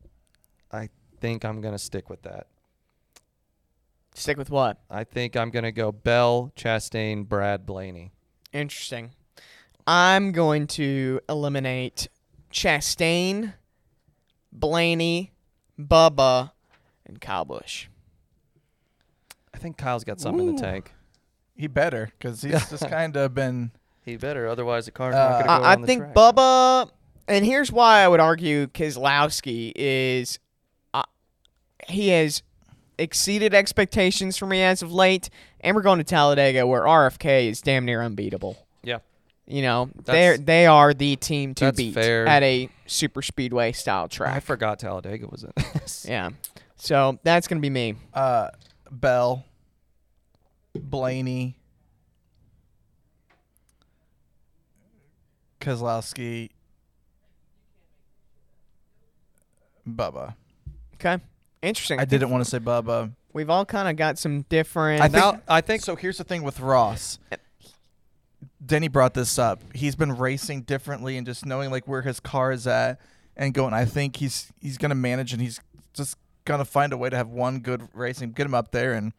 Speaker 4: I think I'm gonna stick with that.
Speaker 2: Stick with what?
Speaker 4: I think I'm gonna go Bell, Chastain, Brad, Blaney.
Speaker 2: Interesting. I'm going to eliminate Chastain, Blaney, Bubba, and Kyle Busch.
Speaker 4: I think Kyle's got something in the tank.
Speaker 3: He better because he's just kind of been.
Speaker 4: He better, otherwise the car's
Speaker 3: Uh,
Speaker 4: not going to go
Speaker 2: I, I
Speaker 4: on the
Speaker 2: think
Speaker 4: track.
Speaker 2: Bubba, and here's why I would argue Keselowski is uh, he has exceeded expectations for me as of late, and we're going to Talladega where RFK is damn near unbeatable.
Speaker 4: Yeah,
Speaker 2: You know, they
Speaker 4: That's-
Speaker 2: they are the team to
Speaker 4: that's
Speaker 2: beat
Speaker 4: fair.
Speaker 2: at a super speedway style
Speaker 4: I
Speaker 2: track.
Speaker 4: forgot Talladega was in this.
Speaker 2: Yeah, so that's gonna be me.
Speaker 3: uh, Bell, Blaney, Kozlowski, Bubba.
Speaker 2: Okay, interesting.
Speaker 3: I didn't want to say Bubba.
Speaker 2: We've all kind of got some different.
Speaker 3: I think,
Speaker 4: Now, I think
Speaker 3: so. Here's the thing with Ross. Denny brought this up. He's been racing differently and just knowing like where his car is at and going. I think he's he's gonna manage and he's just gonna find a way to have one good race and get him up there. And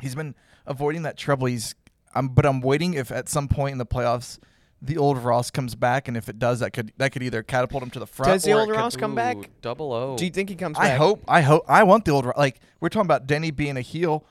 Speaker 3: he's been avoiding that trouble. He's I'm but I'm waiting if at some point in the playoffs the old Ross comes back and if it does that could that could either catapult him to the front.
Speaker 2: Does the
Speaker 3: or it
Speaker 2: old
Speaker 3: could-
Speaker 2: Ross come back?
Speaker 4: Ooh, Double O.
Speaker 2: Do you think he comes
Speaker 3: I
Speaker 2: back?
Speaker 3: hope. I hope. I want the old. Ro- Like we're talking about Denny being a heel.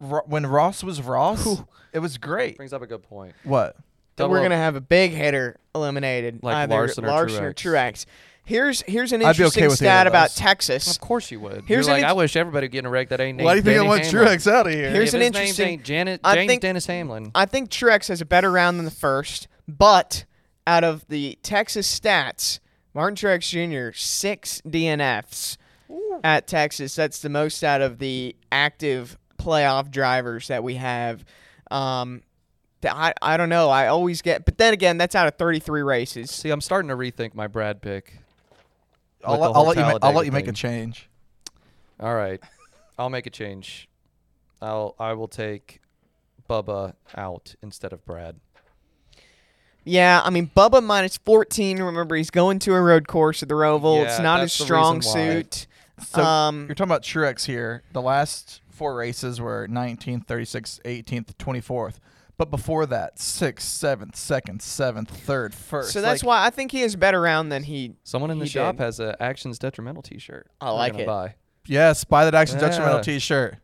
Speaker 3: Ro- when Ross was Ross, it was great.
Speaker 4: brings up a good point.
Speaker 3: What?
Speaker 2: that
Speaker 4: Double
Speaker 2: we're
Speaker 4: O-
Speaker 2: gonna have a big hitter eliminated,
Speaker 4: Like
Speaker 2: either
Speaker 4: Larson or Truex.
Speaker 2: Truex. Here's here's an
Speaker 3: I'd be okay
Speaker 2: interesting
Speaker 3: with either
Speaker 2: stat
Speaker 3: of
Speaker 2: about
Speaker 3: those.
Speaker 2: Texas.
Speaker 4: Of course you would.
Speaker 2: Here's
Speaker 4: You're
Speaker 2: an
Speaker 4: like, I
Speaker 2: int-
Speaker 4: wish everybody would get in a wreck that ain't named
Speaker 3: Why do you think I
Speaker 4: Denny
Speaker 3: want
Speaker 4: Hamlin.
Speaker 3: Truex out of here?
Speaker 2: Here's an
Speaker 4: If his name's
Speaker 2: interesting-
Speaker 4: ain't Janet,
Speaker 2: I
Speaker 4: James
Speaker 2: think-
Speaker 4: Dennis Hamlin.
Speaker 2: I think Truex has a better round than the first, but out of the Texas stats, Martin Truex Jr. six DNFs at Texas. That's the most out of the active playoff drivers that we have. Um, th- I, I don't know. I always get, but then again, that's out of 33 races.
Speaker 4: See, I'm starting to rethink my Brad pick.
Speaker 3: I'll,
Speaker 4: With the
Speaker 3: I'll
Speaker 4: whole
Speaker 3: let you. Ma- I'll
Speaker 4: Talladega
Speaker 3: let you make a
Speaker 4: thing.
Speaker 3: change.
Speaker 4: All right, I'll make a change. I'll I will take Bubba out instead of Brad.
Speaker 2: Yeah, I mean Bubba minus 14. Remember, he's going to a road course at the Roval. it's
Speaker 4: Yeah,
Speaker 2: not his
Speaker 4: that's the
Speaker 2: strong
Speaker 4: reason why.
Speaker 2: suit.
Speaker 3: So
Speaker 2: um,
Speaker 3: you're talking about Truex here. The last four races were 19th, 36th, 18th, 24th. But before that, sixth, seventh, second, seventh, third, first.
Speaker 2: so that's
Speaker 3: Like,
Speaker 2: why I think he is better round than he.
Speaker 4: Someone in the
Speaker 2: He
Speaker 4: shop
Speaker 2: did.
Speaker 4: has a actions detrimental T-shirt.
Speaker 2: I
Speaker 4: we're
Speaker 2: like
Speaker 4: gonna
Speaker 2: it.
Speaker 4: Buy.
Speaker 3: Yes, buy that Action
Speaker 4: Yeah.
Speaker 3: Detrimental T-shirt.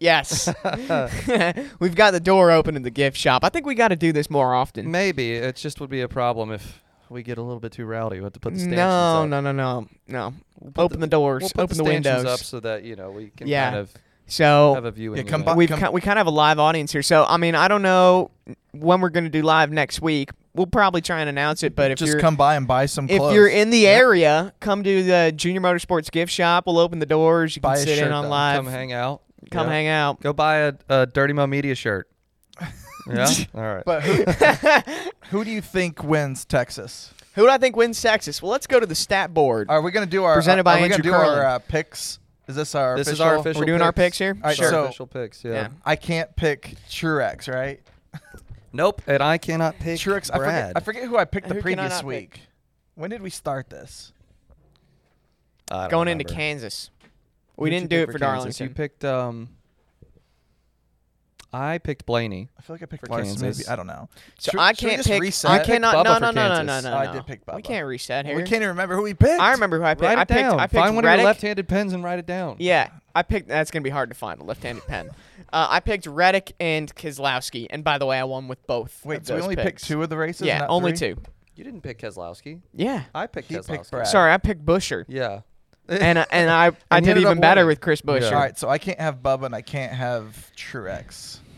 Speaker 2: Yes, we've got the door open in the gift shop. I think we got to do this more often.
Speaker 4: Maybe it just would be a problem if we get a little bit too rowdy. We have to put the stanchions
Speaker 2: No,
Speaker 4: up.
Speaker 2: no, no, no, no.
Speaker 4: put
Speaker 2: Open the, doors.
Speaker 4: We'll put
Speaker 2: open the,
Speaker 4: the, stanchions
Speaker 2: windows.
Speaker 4: up so that you know we can
Speaker 2: Yeah.
Speaker 4: kind of
Speaker 2: so
Speaker 4: have a view.
Speaker 3: Yeah,
Speaker 4: in
Speaker 3: come
Speaker 4: unit.
Speaker 3: by-
Speaker 2: we've ki- we kind of have a live audience here. So I mean, I don't know when we're going to do live next week. We'll probably try and announce it. But if
Speaker 3: Just
Speaker 2: you're
Speaker 3: come by and buy some
Speaker 2: if
Speaker 3: clothes.
Speaker 2: you're in the area, come to the Junior Motorsports gift shop. We'll open the doors. You
Speaker 3: Buy
Speaker 2: can
Speaker 3: a
Speaker 2: sit
Speaker 3: shirt,
Speaker 2: in on
Speaker 3: though.
Speaker 2: live.
Speaker 4: Come hang out.
Speaker 2: Come
Speaker 4: Yeah.
Speaker 2: hang out.
Speaker 4: Go buy a, a Dirty Mo Media shirt. Yeah. All right.
Speaker 3: but who, who do you think wins Texas?
Speaker 2: Who do I think wins Texas? Well, let's go to the stat board.
Speaker 3: Are we gonna do our
Speaker 2: Presented by
Speaker 3: are we gonna
Speaker 2: Andrew
Speaker 3: do
Speaker 2: Carlin.
Speaker 3: our uh, picks? Is this our
Speaker 4: this
Speaker 3: official?
Speaker 4: is our official.
Speaker 2: We're doing our picks here?
Speaker 3: All right,
Speaker 4: Sure.
Speaker 3: so-
Speaker 4: official picks. Yeah.
Speaker 2: Yeah.
Speaker 3: I can't pick Truex, right?
Speaker 4: Nope. And I cannot pick
Speaker 3: Truex. I
Speaker 4: Brad.
Speaker 3: forget, I forget who I picked the
Speaker 2: Who can I
Speaker 3: previous
Speaker 2: not pick?
Speaker 3: week. When did we start this?
Speaker 4: I don't
Speaker 2: Going into
Speaker 4: remember.
Speaker 2: Kansas. We
Speaker 4: Who'd you
Speaker 2: didn't do
Speaker 4: pick
Speaker 2: it for
Speaker 4: Kansas?
Speaker 2: Darlington.
Speaker 4: You picked. Um, I picked Blaney.
Speaker 3: I feel like I picked
Speaker 4: For
Speaker 3: Larson. Maybe
Speaker 4: Kansas.
Speaker 3: I don't know.
Speaker 2: So
Speaker 3: Should-
Speaker 2: I
Speaker 3: should we
Speaker 2: can't
Speaker 3: just
Speaker 2: pick.
Speaker 3: reset?
Speaker 2: I
Speaker 4: picked
Speaker 2: cannot.
Speaker 4: Bubba
Speaker 2: No,
Speaker 4: for
Speaker 2: no, no, no, no,
Speaker 4: Kansas.
Speaker 2: no.
Speaker 3: Oh, I
Speaker 2: no.
Speaker 3: did pick
Speaker 2: We
Speaker 3: Bubba.
Speaker 2: can't reset here.
Speaker 3: We can't even remember who we picked.
Speaker 2: I remember who I picked.
Speaker 4: Write it
Speaker 2: I picked.
Speaker 4: down.
Speaker 2: I picked
Speaker 4: Find one of
Speaker 2: Reddick.
Speaker 4: your left-handed pens and write it down.
Speaker 2: Yeah, I picked. That's gonna be hard to find a left-handed pen. Uh, I picked Reddick and Kozlowski, and by the way, I won with both. of
Speaker 3: Wait, so we
Speaker 2: those
Speaker 3: only
Speaker 2: picks.
Speaker 3: picked two of the races?
Speaker 2: Yeah,
Speaker 3: not
Speaker 2: only
Speaker 3: three?
Speaker 2: two.
Speaker 4: You didn't pick Keselowski.
Speaker 2: Yeah.
Speaker 4: I picked
Speaker 3: He
Speaker 4: Keselowski.
Speaker 3: picked Brad.
Speaker 2: Sorry, I picked Busher,
Speaker 4: Yeah.
Speaker 2: and I- and I I
Speaker 4: And he
Speaker 2: did
Speaker 4: ended up
Speaker 2: even better
Speaker 4: winning.
Speaker 2: with Chris Busher.
Speaker 4: Yeah.
Speaker 3: All right, so I can't have Bubba and I can't have Truex.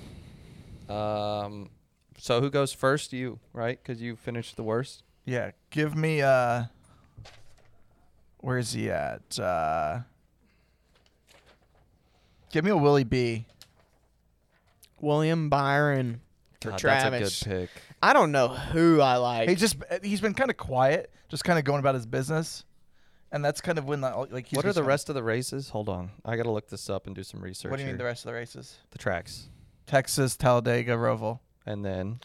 Speaker 4: Um. So who goes first? You, right? Because you finished the worst.
Speaker 3: Yeah, give me uh Where's he at? Uh Give me a Willie B.
Speaker 2: William Byron for
Speaker 4: God,
Speaker 2: Travis.
Speaker 4: That's a good pick.
Speaker 2: I don't know who I like.
Speaker 3: He just he's been kind of quiet, just kind of going about his business. And that's kind of when the, like he's
Speaker 4: what are
Speaker 3: just
Speaker 4: the
Speaker 3: kinda-
Speaker 4: rest of the races? Hold on, I gotta look this up and do some research.
Speaker 3: What do you mean
Speaker 4: here.
Speaker 3: the rest of the races?
Speaker 4: The tracks,
Speaker 3: Texas, Talladega, Roval.
Speaker 4: and then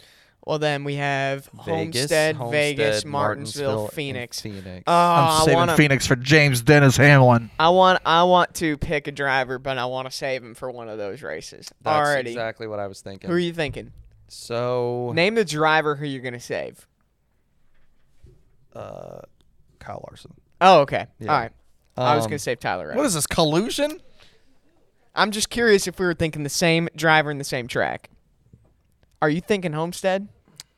Speaker 2: well, then we have
Speaker 4: Vegas,
Speaker 2: Homestead, Vegas,
Speaker 4: Homestead,
Speaker 2: Martinsville,
Speaker 4: and
Speaker 2: Phoenix.
Speaker 4: Phoenix.
Speaker 2: Oh,
Speaker 3: I'm
Speaker 2: I
Speaker 3: saving
Speaker 2: want to.
Speaker 3: Phoenix for James Dennis Hamlin.
Speaker 2: I want. I want to pick a driver, but I want to save him for one of those races.
Speaker 4: That's
Speaker 2: Already.
Speaker 4: exactly Oh. what I was thinking.
Speaker 2: Who are you thinking?
Speaker 4: so,
Speaker 2: Name the driver who you're gonna save.
Speaker 4: uh, Kyle Larson.
Speaker 2: Oh, okay.
Speaker 4: Yeah.
Speaker 2: All right. I was
Speaker 4: Um,
Speaker 2: gonna save Tyler. Reddick.
Speaker 3: What is this collusion?
Speaker 2: I'm just curious if we were thinking the same driver and the same track. Are you thinking Homestead?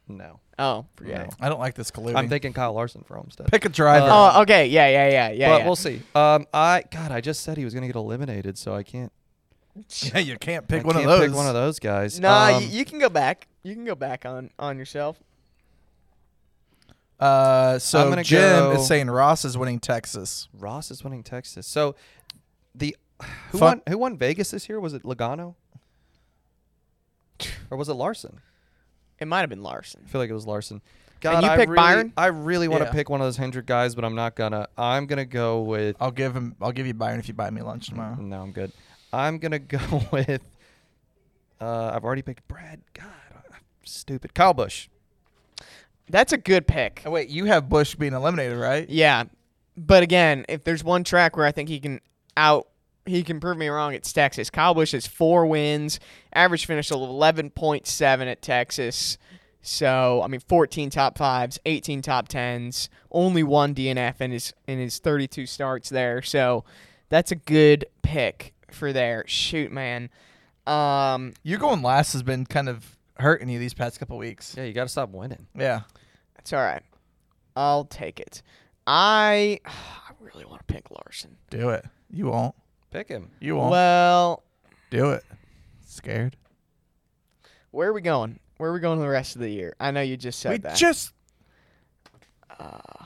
Speaker 4: No.
Speaker 2: Oh, forget.
Speaker 4: No.
Speaker 2: it.
Speaker 3: I don't like this colluding.
Speaker 4: I'm thinking Kyle Larson for Homestead.
Speaker 3: Pick a driver.
Speaker 4: Uh,
Speaker 2: Oh, okay. Yeah, yeah, yeah, yeah.
Speaker 4: but
Speaker 2: yeah.
Speaker 4: we'll see. Um, I God, I just said he was gonna get eliminated, so I can't
Speaker 3: yeah, you can't pick
Speaker 4: I
Speaker 3: one
Speaker 4: can't
Speaker 3: of those.
Speaker 4: Pick one of those guys.
Speaker 2: Nah, y-
Speaker 4: Um,
Speaker 2: you can go back. You can go back on on yourself.
Speaker 3: Uh,
Speaker 4: I'm
Speaker 3: so
Speaker 4: gonna
Speaker 3: Jim
Speaker 4: go-
Speaker 3: is saying Ross is winning Texas.
Speaker 4: Ross is winning Texas. So the who
Speaker 3: Fun-
Speaker 4: won who won Vegas this year? Was it Logano? Or was it Larson?
Speaker 2: It might have been Larson.
Speaker 4: I feel like it was Larson. God,
Speaker 2: you
Speaker 4: I
Speaker 2: picked
Speaker 4: really,
Speaker 2: Byron?
Speaker 4: I really want to
Speaker 3: Yeah.
Speaker 4: pick one of those Hendrick guys, but I'm not gonna. I'm gonna go with.
Speaker 3: I'll give him. I'll give you Byron if you buy me lunch tomorrow.
Speaker 2: Mm-hmm.
Speaker 4: No, I'm good. I'm gonna go with. Uh, I've already picked Brad. God, I'm stupid. Kyle Bush.
Speaker 2: That's a good pick.
Speaker 3: Oh, wait, you have Bush being eliminated, right?
Speaker 2: Yeah, but again, if there's one track where I think he can out, he can prove me wrong. It's Texas. Kyle Busch has four wins, average finish of 11.7 at Texas. So I mean, 14 top fives, 18 top tens, only one DNF in his in his 32 starts there. So that's a good pick for there. Shoot, man. Um,
Speaker 3: You going last has been kind of hurting you these past couple weeks.
Speaker 4: Yeah, you got to stop winning.
Speaker 3: Yeah.
Speaker 2: It's all right. I'll take it. I I really want to pick Larson.
Speaker 3: Do it. You won't.
Speaker 4: Pick him.
Speaker 3: You won't.
Speaker 2: Well,
Speaker 3: Do it. Scared.
Speaker 2: where are we going? Where are we going the rest of the year? I know you just said
Speaker 3: we
Speaker 2: that.
Speaker 3: just.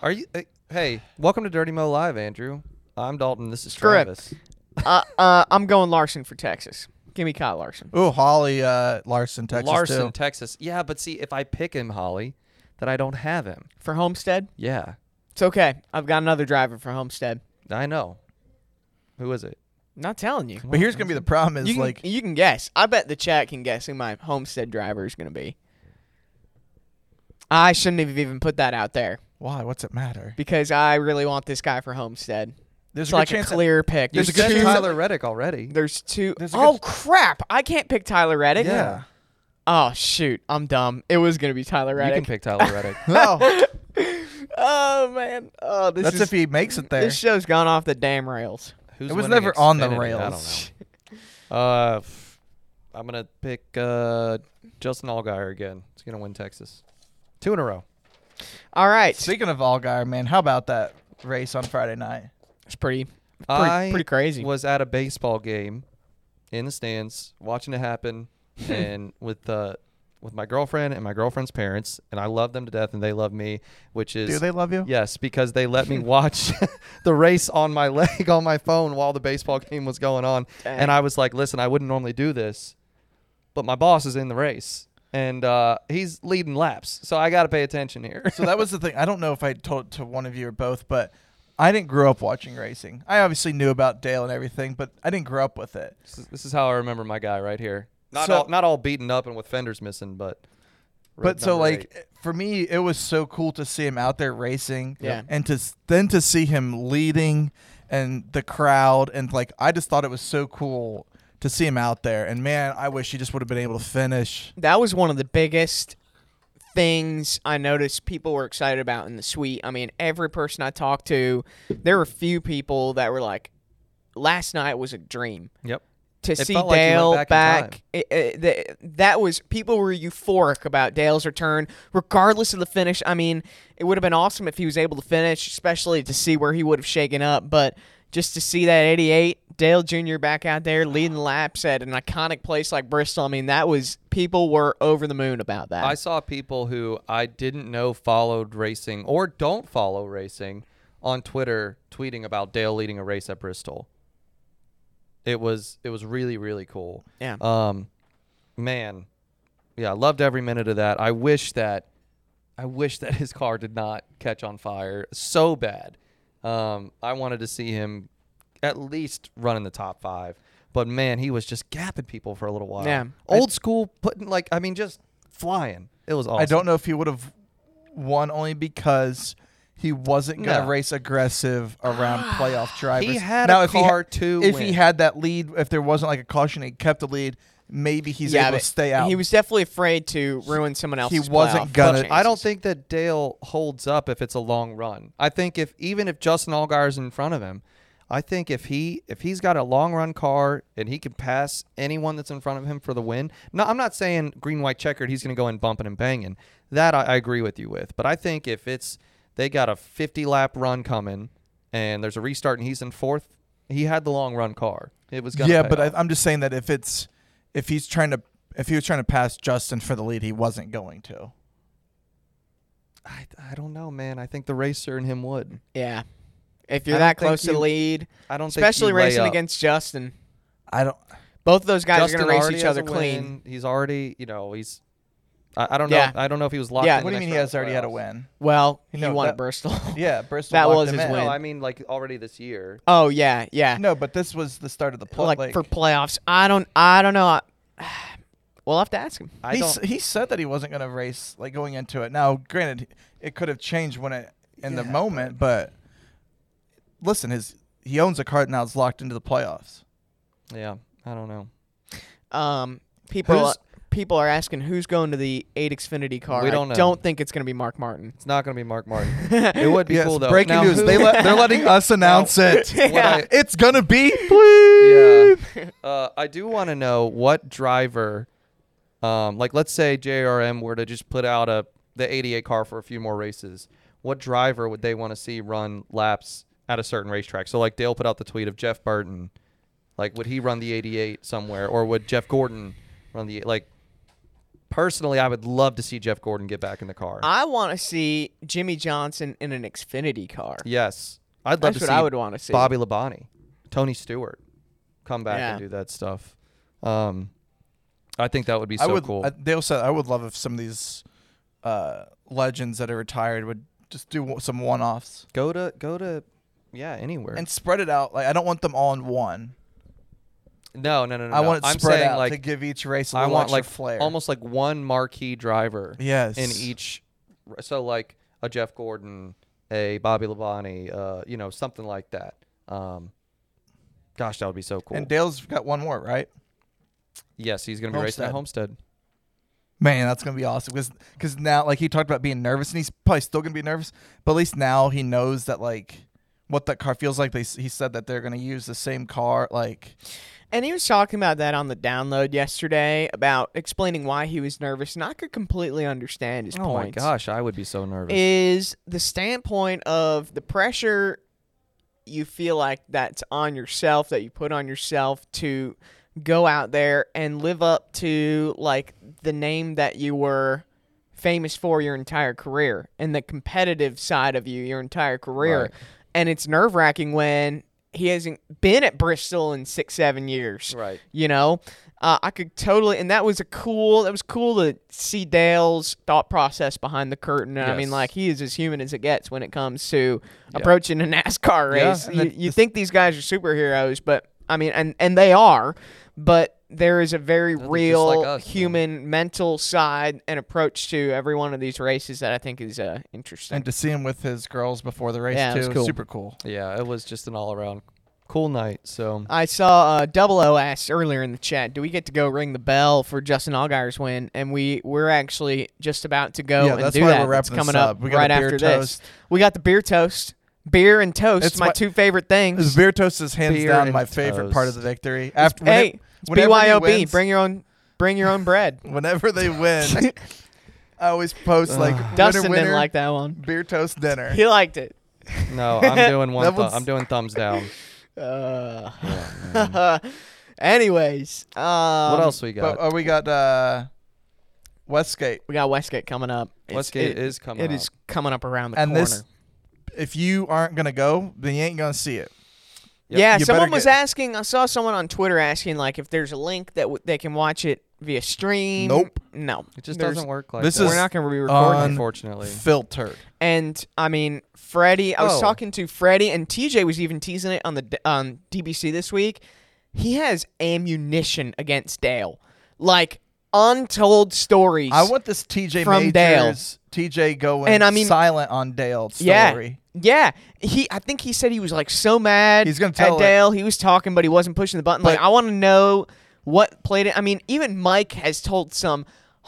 Speaker 4: Are you? Uh, hey, welcome to Dirty Mo Live, Andrew. I'm Dalton. This is
Speaker 2: Screw it.
Speaker 4: Travis.
Speaker 2: uh, uh, I'm going Larson for Texas. Give me Kyle Larson.
Speaker 3: Ooh, Holly uh, Larson, Texas.
Speaker 4: Larson,
Speaker 3: too.
Speaker 4: Texas. Yeah, but see, if I pick him, Holly, then I don't have him.
Speaker 2: For Homestead?
Speaker 4: Yeah,
Speaker 2: It's okay. I've got another driver for Homestead.
Speaker 4: I know. Who is it?
Speaker 2: Not telling you.
Speaker 3: But here's gonna be the problem is
Speaker 2: You can,
Speaker 3: like
Speaker 2: you can guess. I bet the chat can guess who my Homestead driver is going to be. I shouldn't have even put that out there
Speaker 3: why? What's it matter?
Speaker 2: because I really want this guy for Homestead.
Speaker 3: There's
Speaker 2: It's
Speaker 3: a good
Speaker 2: like a
Speaker 3: chance. that-
Speaker 2: clear pick.
Speaker 4: You
Speaker 3: There's a
Speaker 4: said
Speaker 3: good chance-
Speaker 4: Tyler Reddick already.
Speaker 2: There's two
Speaker 3: There's a
Speaker 2: Oh
Speaker 3: good-
Speaker 2: crap! I can't pick Tyler Reddick.
Speaker 4: Yeah.
Speaker 2: Oh shoot, I'm dumb. It was gonna be Tyler
Speaker 4: You can
Speaker 2: Reddick.
Speaker 4: pick Tyler Reddick.
Speaker 3: no,
Speaker 2: oh man. Oh, this
Speaker 3: that's
Speaker 2: is,
Speaker 3: if he makes it there.
Speaker 2: this show's gone off the damn rails.
Speaker 4: Who's
Speaker 3: It was
Speaker 4: winning
Speaker 3: never on the
Speaker 4: Xfinity?
Speaker 3: rails.
Speaker 4: I don't know. Uh, f- I'm gonna pick uh, Justin Allgaier again. He's gonna win Texas. Two in a row.
Speaker 2: All right,
Speaker 3: Speaking of Allgaier, man, how about that race on Friday night?
Speaker 2: it's pretty, pretty,
Speaker 4: I
Speaker 2: pretty crazy.
Speaker 4: was at a baseball game in the stands watching it happen and with uh with my girlfriend and my girlfriend's parents and I love them to death and they love me which is
Speaker 3: Do they love you?
Speaker 4: Yes, because they let me watch the race on my leg on my phone while the baseball game was going on
Speaker 2: Dang.
Speaker 4: and I was like, "Listen, I wouldn't normally do this, but my boss is in the race." And uh, he's leading laps, so I got to pay attention here.
Speaker 3: So that was the thing. I don't know if I told to one of you or both, but I didn't grow up watching racing. I obviously knew about Dale and everything, but I didn't grow up with it.
Speaker 4: This is, this is how I remember my guy right here. Not
Speaker 3: So-
Speaker 4: all, not all beaten up and with fenders missing, but red
Speaker 3: but so
Speaker 4: number
Speaker 3: like
Speaker 4: eight.
Speaker 3: for me, it was so cool to see him out there racing,
Speaker 2: Yeah.
Speaker 3: and to s- then to see him leading and the crowd, and like I just thought it was so cool to see him out there. And man, I wish he just would have been able to finish.
Speaker 2: that was one of the biggest things I noticed people were excited about in the suite. I mean, every person I talked to, there were few people that were like, "Last night was a dream."
Speaker 4: yep.
Speaker 2: to
Speaker 4: It
Speaker 2: see
Speaker 4: felt like you went
Speaker 2: Dale
Speaker 4: back in
Speaker 2: back,
Speaker 4: time.
Speaker 2: it- it- th- that was people were euphoric about Dale's return, regardless of the finish. I mean, it would have been awesome if he was able to finish, especially to see where he would have shaken up. But just to see that 88 Dale Jr. back out there leading laps at an iconic place like Bristol, I mean, that was people were over the moon about that.
Speaker 4: I saw people who I didn't know followed racing or don't follow racing on Twitter tweeting about Dale leading a race at Bristol. It was it was really really cool.
Speaker 2: Yeah.
Speaker 4: Um, man, yeah, I loved every minute of that. I wish that I wish that his car did not catch on fire so bad. Um, I wanted to see him at least run in the top five. But man, he was just gapping people for a little while.
Speaker 2: Yeah.
Speaker 4: Old school, putting like I mean, just flying. It was awesome.
Speaker 3: I don't know if he would have won only because he wasn't going to
Speaker 4: No.
Speaker 3: race aggressive around playoff drivers.
Speaker 4: had a
Speaker 3: now, if he
Speaker 4: car
Speaker 3: had,
Speaker 4: to
Speaker 3: If he
Speaker 4: win.
Speaker 3: had that lead, if there wasn't like a caution, he kept the lead. Maybe he's able
Speaker 2: but
Speaker 3: to stay out.
Speaker 2: He was definitely afraid to ruin someone else's.
Speaker 3: wasn't
Speaker 2: playoff
Speaker 3: gonna-
Speaker 2: chances.
Speaker 4: I don't think that Dale holds up if it's a long run. I think if even if Justin Allgaier's in front of him, I think if he if he's got a long run car and he can pass anyone that's in front of him for the win. No, I'm not saying green white checkered. He's going to go in bumping and banging. That I, I agree with you with. But I think if it's they got a 50 lap run coming and there's a restart and he's in fourth, he had the long run car. It was going
Speaker 3: yeah, but I, I'm just saying that if it's if he's trying to if he was trying to pass Justin for the lead, he wasn't going to.
Speaker 4: I, I don't know, man. I think the racer and him would.
Speaker 2: Yeah. If you're
Speaker 4: I don't
Speaker 2: that
Speaker 4: think
Speaker 2: close to
Speaker 4: you-
Speaker 2: the lead,
Speaker 4: I don't think
Speaker 2: especially
Speaker 4: you lay
Speaker 2: racing
Speaker 4: up.
Speaker 2: against Justin,
Speaker 3: I don't.
Speaker 2: both of those guys
Speaker 4: Justin
Speaker 2: are going to
Speaker 4: already
Speaker 2: race each
Speaker 4: has
Speaker 2: other
Speaker 4: a
Speaker 2: clean.
Speaker 4: win. He's already, you know, he's. I, I don't
Speaker 2: Yeah.
Speaker 4: know. I don't know if he was locked.
Speaker 2: Yeah.
Speaker 4: in
Speaker 3: What do
Speaker 4: the
Speaker 3: you mean
Speaker 4: next
Speaker 3: he
Speaker 4: round
Speaker 3: has already
Speaker 4: of
Speaker 3: had a
Speaker 4: playoffs.
Speaker 3: won?
Speaker 2: Well,
Speaker 3: You
Speaker 2: he
Speaker 3: know,
Speaker 2: won
Speaker 3: that-
Speaker 2: at Bristol.
Speaker 3: Yeah, Bristol.
Speaker 2: That
Speaker 3: locked
Speaker 2: was
Speaker 3: him
Speaker 2: his
Speaker 3: in.
Speaker 2: win.
Speaker 4: No, I mean like already this year.
Speaker 2: oh yeah, yeah.
Speaker 3: No, but this was the start of the play.
Speaker 2: like, for playoffs, I don't, I don't know. I, we'll have to ask him.
Speaker 4: I
Speaker 3: he,
Speaker 4: don't.
Speaker 3: s- he said that he wasn't going to race like going into it. Now, granted, it could have changed when it in the
Speaker 4: Yeah,
Speaker 3: moment, but, listen, his he owns a car now. It's locked into the playoffs.
Speaker 4: Yeah, I don't know.
Speaker 2: Um, people,
Speaker 4: Who's-
Speaker 2: people are asking who's going to the eight Xfinity car.
Speaker 4: We don't
Speaker 2: I
Speaker 4: know.
Speaker 2: don't think it's going to be Mark Martin.
Speaker 4: It's not gonna be Mark Martin. it would be
Speaker 3: Yes,
Speaker 4: cool though.
Speaker 3: breaking
Speaker 4: Now,
Speaker 3: news:
Speaker 4: who-
Speaker 3: they let, they're letting us announce it.
Speaker 4: what I-
Speaker 3: It's gonna be.
Speaker 4: yeah. Uh, I do want to know what driver, um, like let's say JRM were to just put out a the 88 car for a few more races. What driver would they want to see run laps at a certain racetrack? So like Dale put out the tweet of Jeff Burton, like would he run the 88 somewhere, or would Jeff Gordon run the like? Personally, I would love to see Jeff Gordon get back in the car.
Speaker 2: I want to see Jimmy Johnson in an Xfinity car.
Speaker 4: yes, I'd love
Speaker 2: That's
Speaker 4: to
Speaker 2: what
Speaker 4: see.
Speaker 2: I would want to see.
Speaker 4: Bobby Labonte, Tony Stewart, come back and
Speaker 2: Yeah.
Speaker 4: do that stuff. Um, I think that would be so
Speaker 3: I would.
Speaker 4: cool.
Speaker 3: I, they also. I would love if some of these uh, legends that are retired would just do w- some one-offs
Speaker 4: go to go to yeah anywhere.
Speaker 3: and spread it out. Like I don't want them all in one.
Speaker 4: no, no, no, no.
Speaker 3: I
Speaker 4: no.
Speaker 3: want it
Speaker 4: I'm
Speaker 3: spread
Speaker 4: saying
Speaker 3: out
Speaker 4: like
Speaker 3: to give each race a
Speaker 4: I
Speaker 3: little
Speaker 4: want
Speaker 3: extra
Speaker 4: like
Speaker 3: flair.
Speaker 4: almost like one marquee driver
Speaker 3: yes
Speaker 4: in each. r- So like a Jeff Gordon, a Bobby Labonte, uh, you know something like that. Um, gosh, that would be so cool.
Speaker 3: And Dale's got one more, right?
Speaker 4: yes, he's gonna be racing at Homestead.
Speaker 3: Man, that's gonna be awesome because now like he talked about being nervous and he's probably still gonna be nervous, but at least now he knows that like what that car feels like. They s- he said that they're gonna use the same car. Like
Speaker 2: And he was talking about that on the download yesterday about explaining why he was nervous, and I could completely understand his
Speaker 4: Oh my
Speaker 2: point.
Speaker 4: gosh, I would be so nervous.
Speaker 2: Is the standpoint of the pressure you feel like that's on yourself that you put on yourself to go out there and live up to like the name that you were famous for your entire career and the competitive side of you your entire career
Speaker 4: Right.
Speaker 2: and it's nerve-wracking when he hasn't been at Bristol in 6 7 years
Speaker 4: right.
Speaker 2: you know uh, i could totally and that was a cool that was cool to see dale's thought process behind the curtain And i mean
Speaker 4: Yes.
Speaker 2: like he is as human as it gets when it comes to approaching a nascar
Speaker 4: Yeah,
Speaker 2: race
Speaker 4: and
Speaker 2: you,
Speaker 4: the-
Speaker 2: you think these guys are superheroes but i mean and and they are but there is a very
Speaker 4: just
Speaker 2: real
Speaker 4: like us, man.
Speaker 2: human mental side and approach to every one of these races that i think is uh, interesting
Speaker 3: and to see him with his girls before the race
Speaker 2: Yeah, it
Speaker 3: too,
Speaker 2: was
Speaker 3: is
Speaker 2: cool.
Speaker 3: super cool.
Speaker 4: Yeah, it was just an all around cool night. So
Speaker 2: I saw uh, Double O asked earlier in the chat, "Do we get to go ring the bell for Justin Allgaier's win?" And we we're actually just about to go
Speaker 3: Yeah,
Speaker 2: and
Speaker 3: that's
Speaker 2: do
Speaker 3: why
Speaker 2: that.
Speaker 3: we're wrapping
Speaker 2: it's coming
Speaker 3: this
Speaker 2: up
Speaker 3: up. We got
Speaker 2: right
Speaker 3: a beer
Speaker 2: after
Speaker 3: toast.
Speaker 2: this. We got the beer toast, beer and toast.
Speaker 3: It's
Speaker 2: my
Speaker 3: my-
Speaker 2: two favorite things.
Speaker 3: His beer toast is hands
Speaker 4: Beer
Speaker 3: down
Speaker 4: and
Speaker 3: my favorite part of the victory. After when
Speaker 2: hey,
Speaker 3: it-
Speaker 2: it's
Speaker 3: whenever he
Speaker 2: BYOB.
Speaker 3: wins-
Speaker 2: Bring your own. Bring your own bread.
Speaker 3: whenever they win, I always post like winner,
Speaker 2: Dustin
Speaker 3: winner,
Speaker 2: didn't like that one.
Speaker 3: beer toast dinner.
Speaker 2: He liked it.
Speaker 4: no, I'm doing one.
Speaker 3: That
Speaker 4: thu-
Speaker 3: one's-
Speaker 4: I'm doing thumbs down.
Speaker 2: Uh,
Speaker 4: Yeah, man.
Speaker 3: Mm.
Speaker 2: anyways, um,
Speaker 4: what else we
Speaker 3: But
Speaker 4: got?
Speaker 3: uh, we got uh, Westgate.
Speaker 2: We got Westgate coming up. It's-
Speaker 4: Westgate
Speaker 2: it-
Speaker 4: is coming
Speaker 2: It
Speaker 4: up.
Speaker 2: is coming up around the
Speaker 3: And
Speaker 2: corner.
Speaker 3: this- If you aren't gonna go, then you ain't gonna see it.
Speaker 4: Yep.
Speaker 2: Yeah,
Speaker 3: You
Speaker 2: someone
Speaker 3: better
Speaker 2: was
Speaker 3: get-
Speaker 2: asking. I saw someone on Twitter asking like if there's a link that w- they can watch it via stream.
Speaker 3: Nope.
Speaker 2: No,
Speaker 4: It just
Speaker 2: There's-
Speaker 4: doesn't work like
Speaker 3: This
Speaker 4: that.
Speaker 2: We're
Speaker 3: is
Speaker 2: not going to be recording.
Speaker 3: on-
Speaker 4: unfortunately.
Speaker 3: Filtered.
Speaker 2: and I mean, Freddie. I was
Speaker 4: Oh.
Speaker 2: talking to Freddie, and TJ was even teasing it on the um, d- on DBC this week. He has ammunition against Dale, like untold stories.
Speaker 3: I want this TJ
Speaker 2: From Dale.
Speaker 3: Majors, TJ going
Speaker 2: And I mean-
Speaker 3: silent on Dale
Speaker 2: Yeah.
Speaker 3: story.
Speaker 2: Yeah, he. I think he said he was like so mad.
Speaker 3: He's gonna tell
Speaker 2: at
Speaker 3: it.
Speaker 2: Dale. He was talking, but he wasn't pushing the button. like
Speaker 3: But-
Speaker 2: I want to know what played it. I mean, even Mike has told some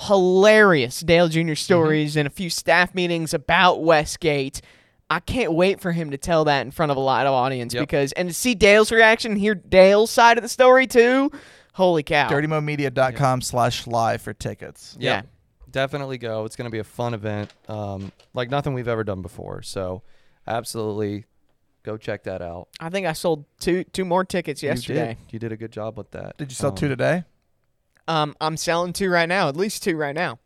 Speaker 2: hilarious Dale Jr. stories and a few staff meetings about Westgate. I can't wait for him to tell that in front of a live audience
Speaker 4: Yep.
Speaker 2: because and to see Dale's reaction, hear Dale's side of the story too. Holy cow!
Speaker 3: DirtyMomedia.com slash live for tickets.
Speaker 2: Oh. Yeah.
Speaker 4: Definitely go. It's going to be a fun event, um, like nothing we've ever done before. So, absolutely, go check that out.
Speaker 2: I think I sold two two more tickets
Speaker 4: You did.
Speaker 2: yesterday.
Speaker 4: you did, a good job with that.
Speaker 3: Did you sell
Speaker 4: Um,
Speaker 3: two today?
Speaker 2: Um, I'm selling two right now, at least two right now.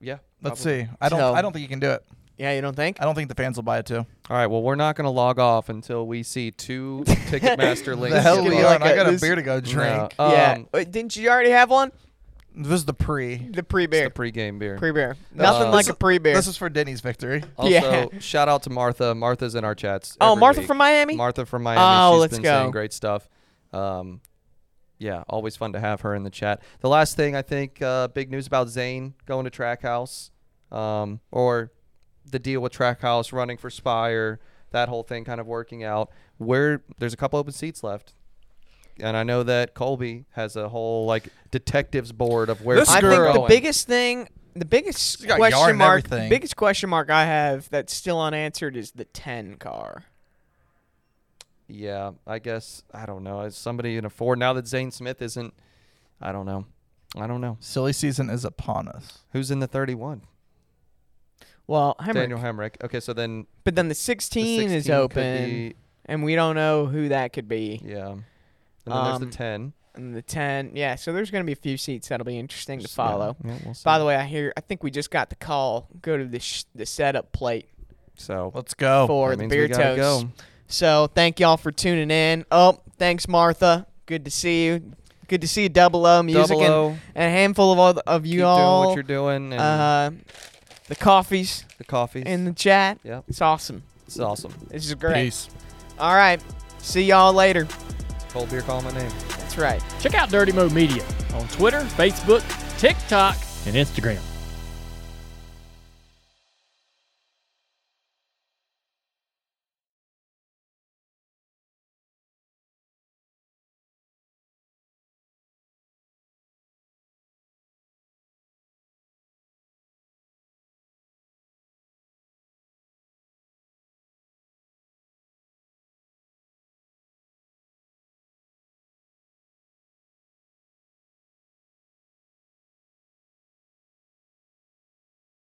Speaker 4: Yeah.
Speaker 3: Let's
Speaker 4: probably.
Speaker 3: see. I don't.
Speaker 2: So-
Speaker 3: I don't think you can do it.
Speaker 2: Yeah, you don't think?
Speaker 3: I don't think the fans will buy it too.
Speaker 4: All right. Well, we're not going to log off until we see two Ticketmaster links.
Speaker 3: The hell
Speaker 2: gonna
Speaker 3: we
Speaker 2: be
Speaker 3: are.
Speaker 2: like
Speaker 3: I
Speaker 2: a-
Speaker 3: got a
Speaker 2: this-
Speaker 3: beer to go drink.
Speaker 4: No. Um,
Speaker 2: yeah. Wait, didn't you already have one?
Speaker 3: This is the pre.
Speaker 2: The pre
Speaker 4: It's
Speaker 2: beer.
Speaker 4: the pregame beer.
Speaker 2: Pre beer. Nothing like a pre beer.
Speaker 3: This is for Denny's victory.
Speaker 4: also,
Speaker 2: Yeah.
Speaker 4: shout out to Martha. Martha's in our chats.
Speaker 2: Oh,
Speaker 4: every
Speaker 2: Martha
Speaker 4: week.
Speaker 2: from Miami.
Speaker 4: Martha from Miami.
Speaker 2: Oh,
Speaker 4: She's
Speaker 2: let's
Speaker 4: been saying
Speaker 2: go.
Speaker 4: great stuff. Um, yeah, always fun to have her in the chat. The last thing I think, uh, big news about Zane going to Trackhouse, um, or the deal with Trackhouse running for Spire, that whole thing kind of working out. Where there's a couple open seats left, and I know that Colby has a whole like detectives board of where
Speaker 3: This
Speaker 4: people
Speaker 2: I
Speaker 4: are
Speaker 2: think the
Speaker 4: going.
Speaker 2: biggest thing, the biggest
Speaker 3: got yarn
Speaker 2: question
Speaker 3: and
Speaker 2: mark,
Speaker 3: everything.
Speaker 2: biggest question mark I have that's still unanswered is the ten car.
Speaker 4: Yeah, I guess I don't know. Is somebody can afford now that Zane Smith isn't? I don't know. I don't know
Speaker 3: Silly season is upon us.
Speaker 4: who's in the 31.
Speaker 2: Well, Hemrick.
Speaker 4: Daniel Hemrick. Okay, so then
Speaker 2: but then the
Speaker 4: the
Speaker 2: sixteen,
Speaker 4: 16
Speaker 2: is
Speaker 4: could
Speaker 2: open,
Speaker 4: be-
Speaker 2: and we don't know who that could be.
Speaker 4: yeah, and then there's the
Speaker 2: Um,
Speaker 4: 10
Speaker 2: And the ten, yeah. So there's going to be a few seats that'll be interesting to
Speaker 4: Just-
Speaker 2: follow.
Speaker 4: Yeah, yeah, we'll see.
Speaker 2: By the way, I hear I think we just got the call. Go to the sh- the setup plate
Speaker 4: so
Speaker 3: Let's go.
Speaker 2: for
Speaker 4: that
Speaker 2: the
Speaker 4: means
Speaker 2: beer
Speaker 4: we gotta
Speaker 2: toast. So thank y'all for tuning in. Oh, thanks Martha. Good to see you. Good to see you, Double O
Speaker 4: Go.
Speaker 2: music
Speaker 4: Double
Speaker 2: and
Speaker 4: O,
Speaker 2: and a handful of all of
Speaker 4: keep
Speaker 2: you
Speaker 4: doing
Speaker 2: all.
Speaker 4: what you're doing and
Speaker 2: uh, the coffees
Speaker 4: the coffees.
Speaker 2: in the chat.
Speaker 4: yeah,
Speaker 2: It's awesome.
Speaker 4: it's awesome.
Speaker 2: This is great.
Speaker 3: Peace.
Speaker 2: All right. See y'all later.
Speaker 4: Cold beer, call my name.
Speaker 2: That's right.
Speaker 1: Check out Dirty Mo Media on Twitter, Facebook, TikTok, and Instagram.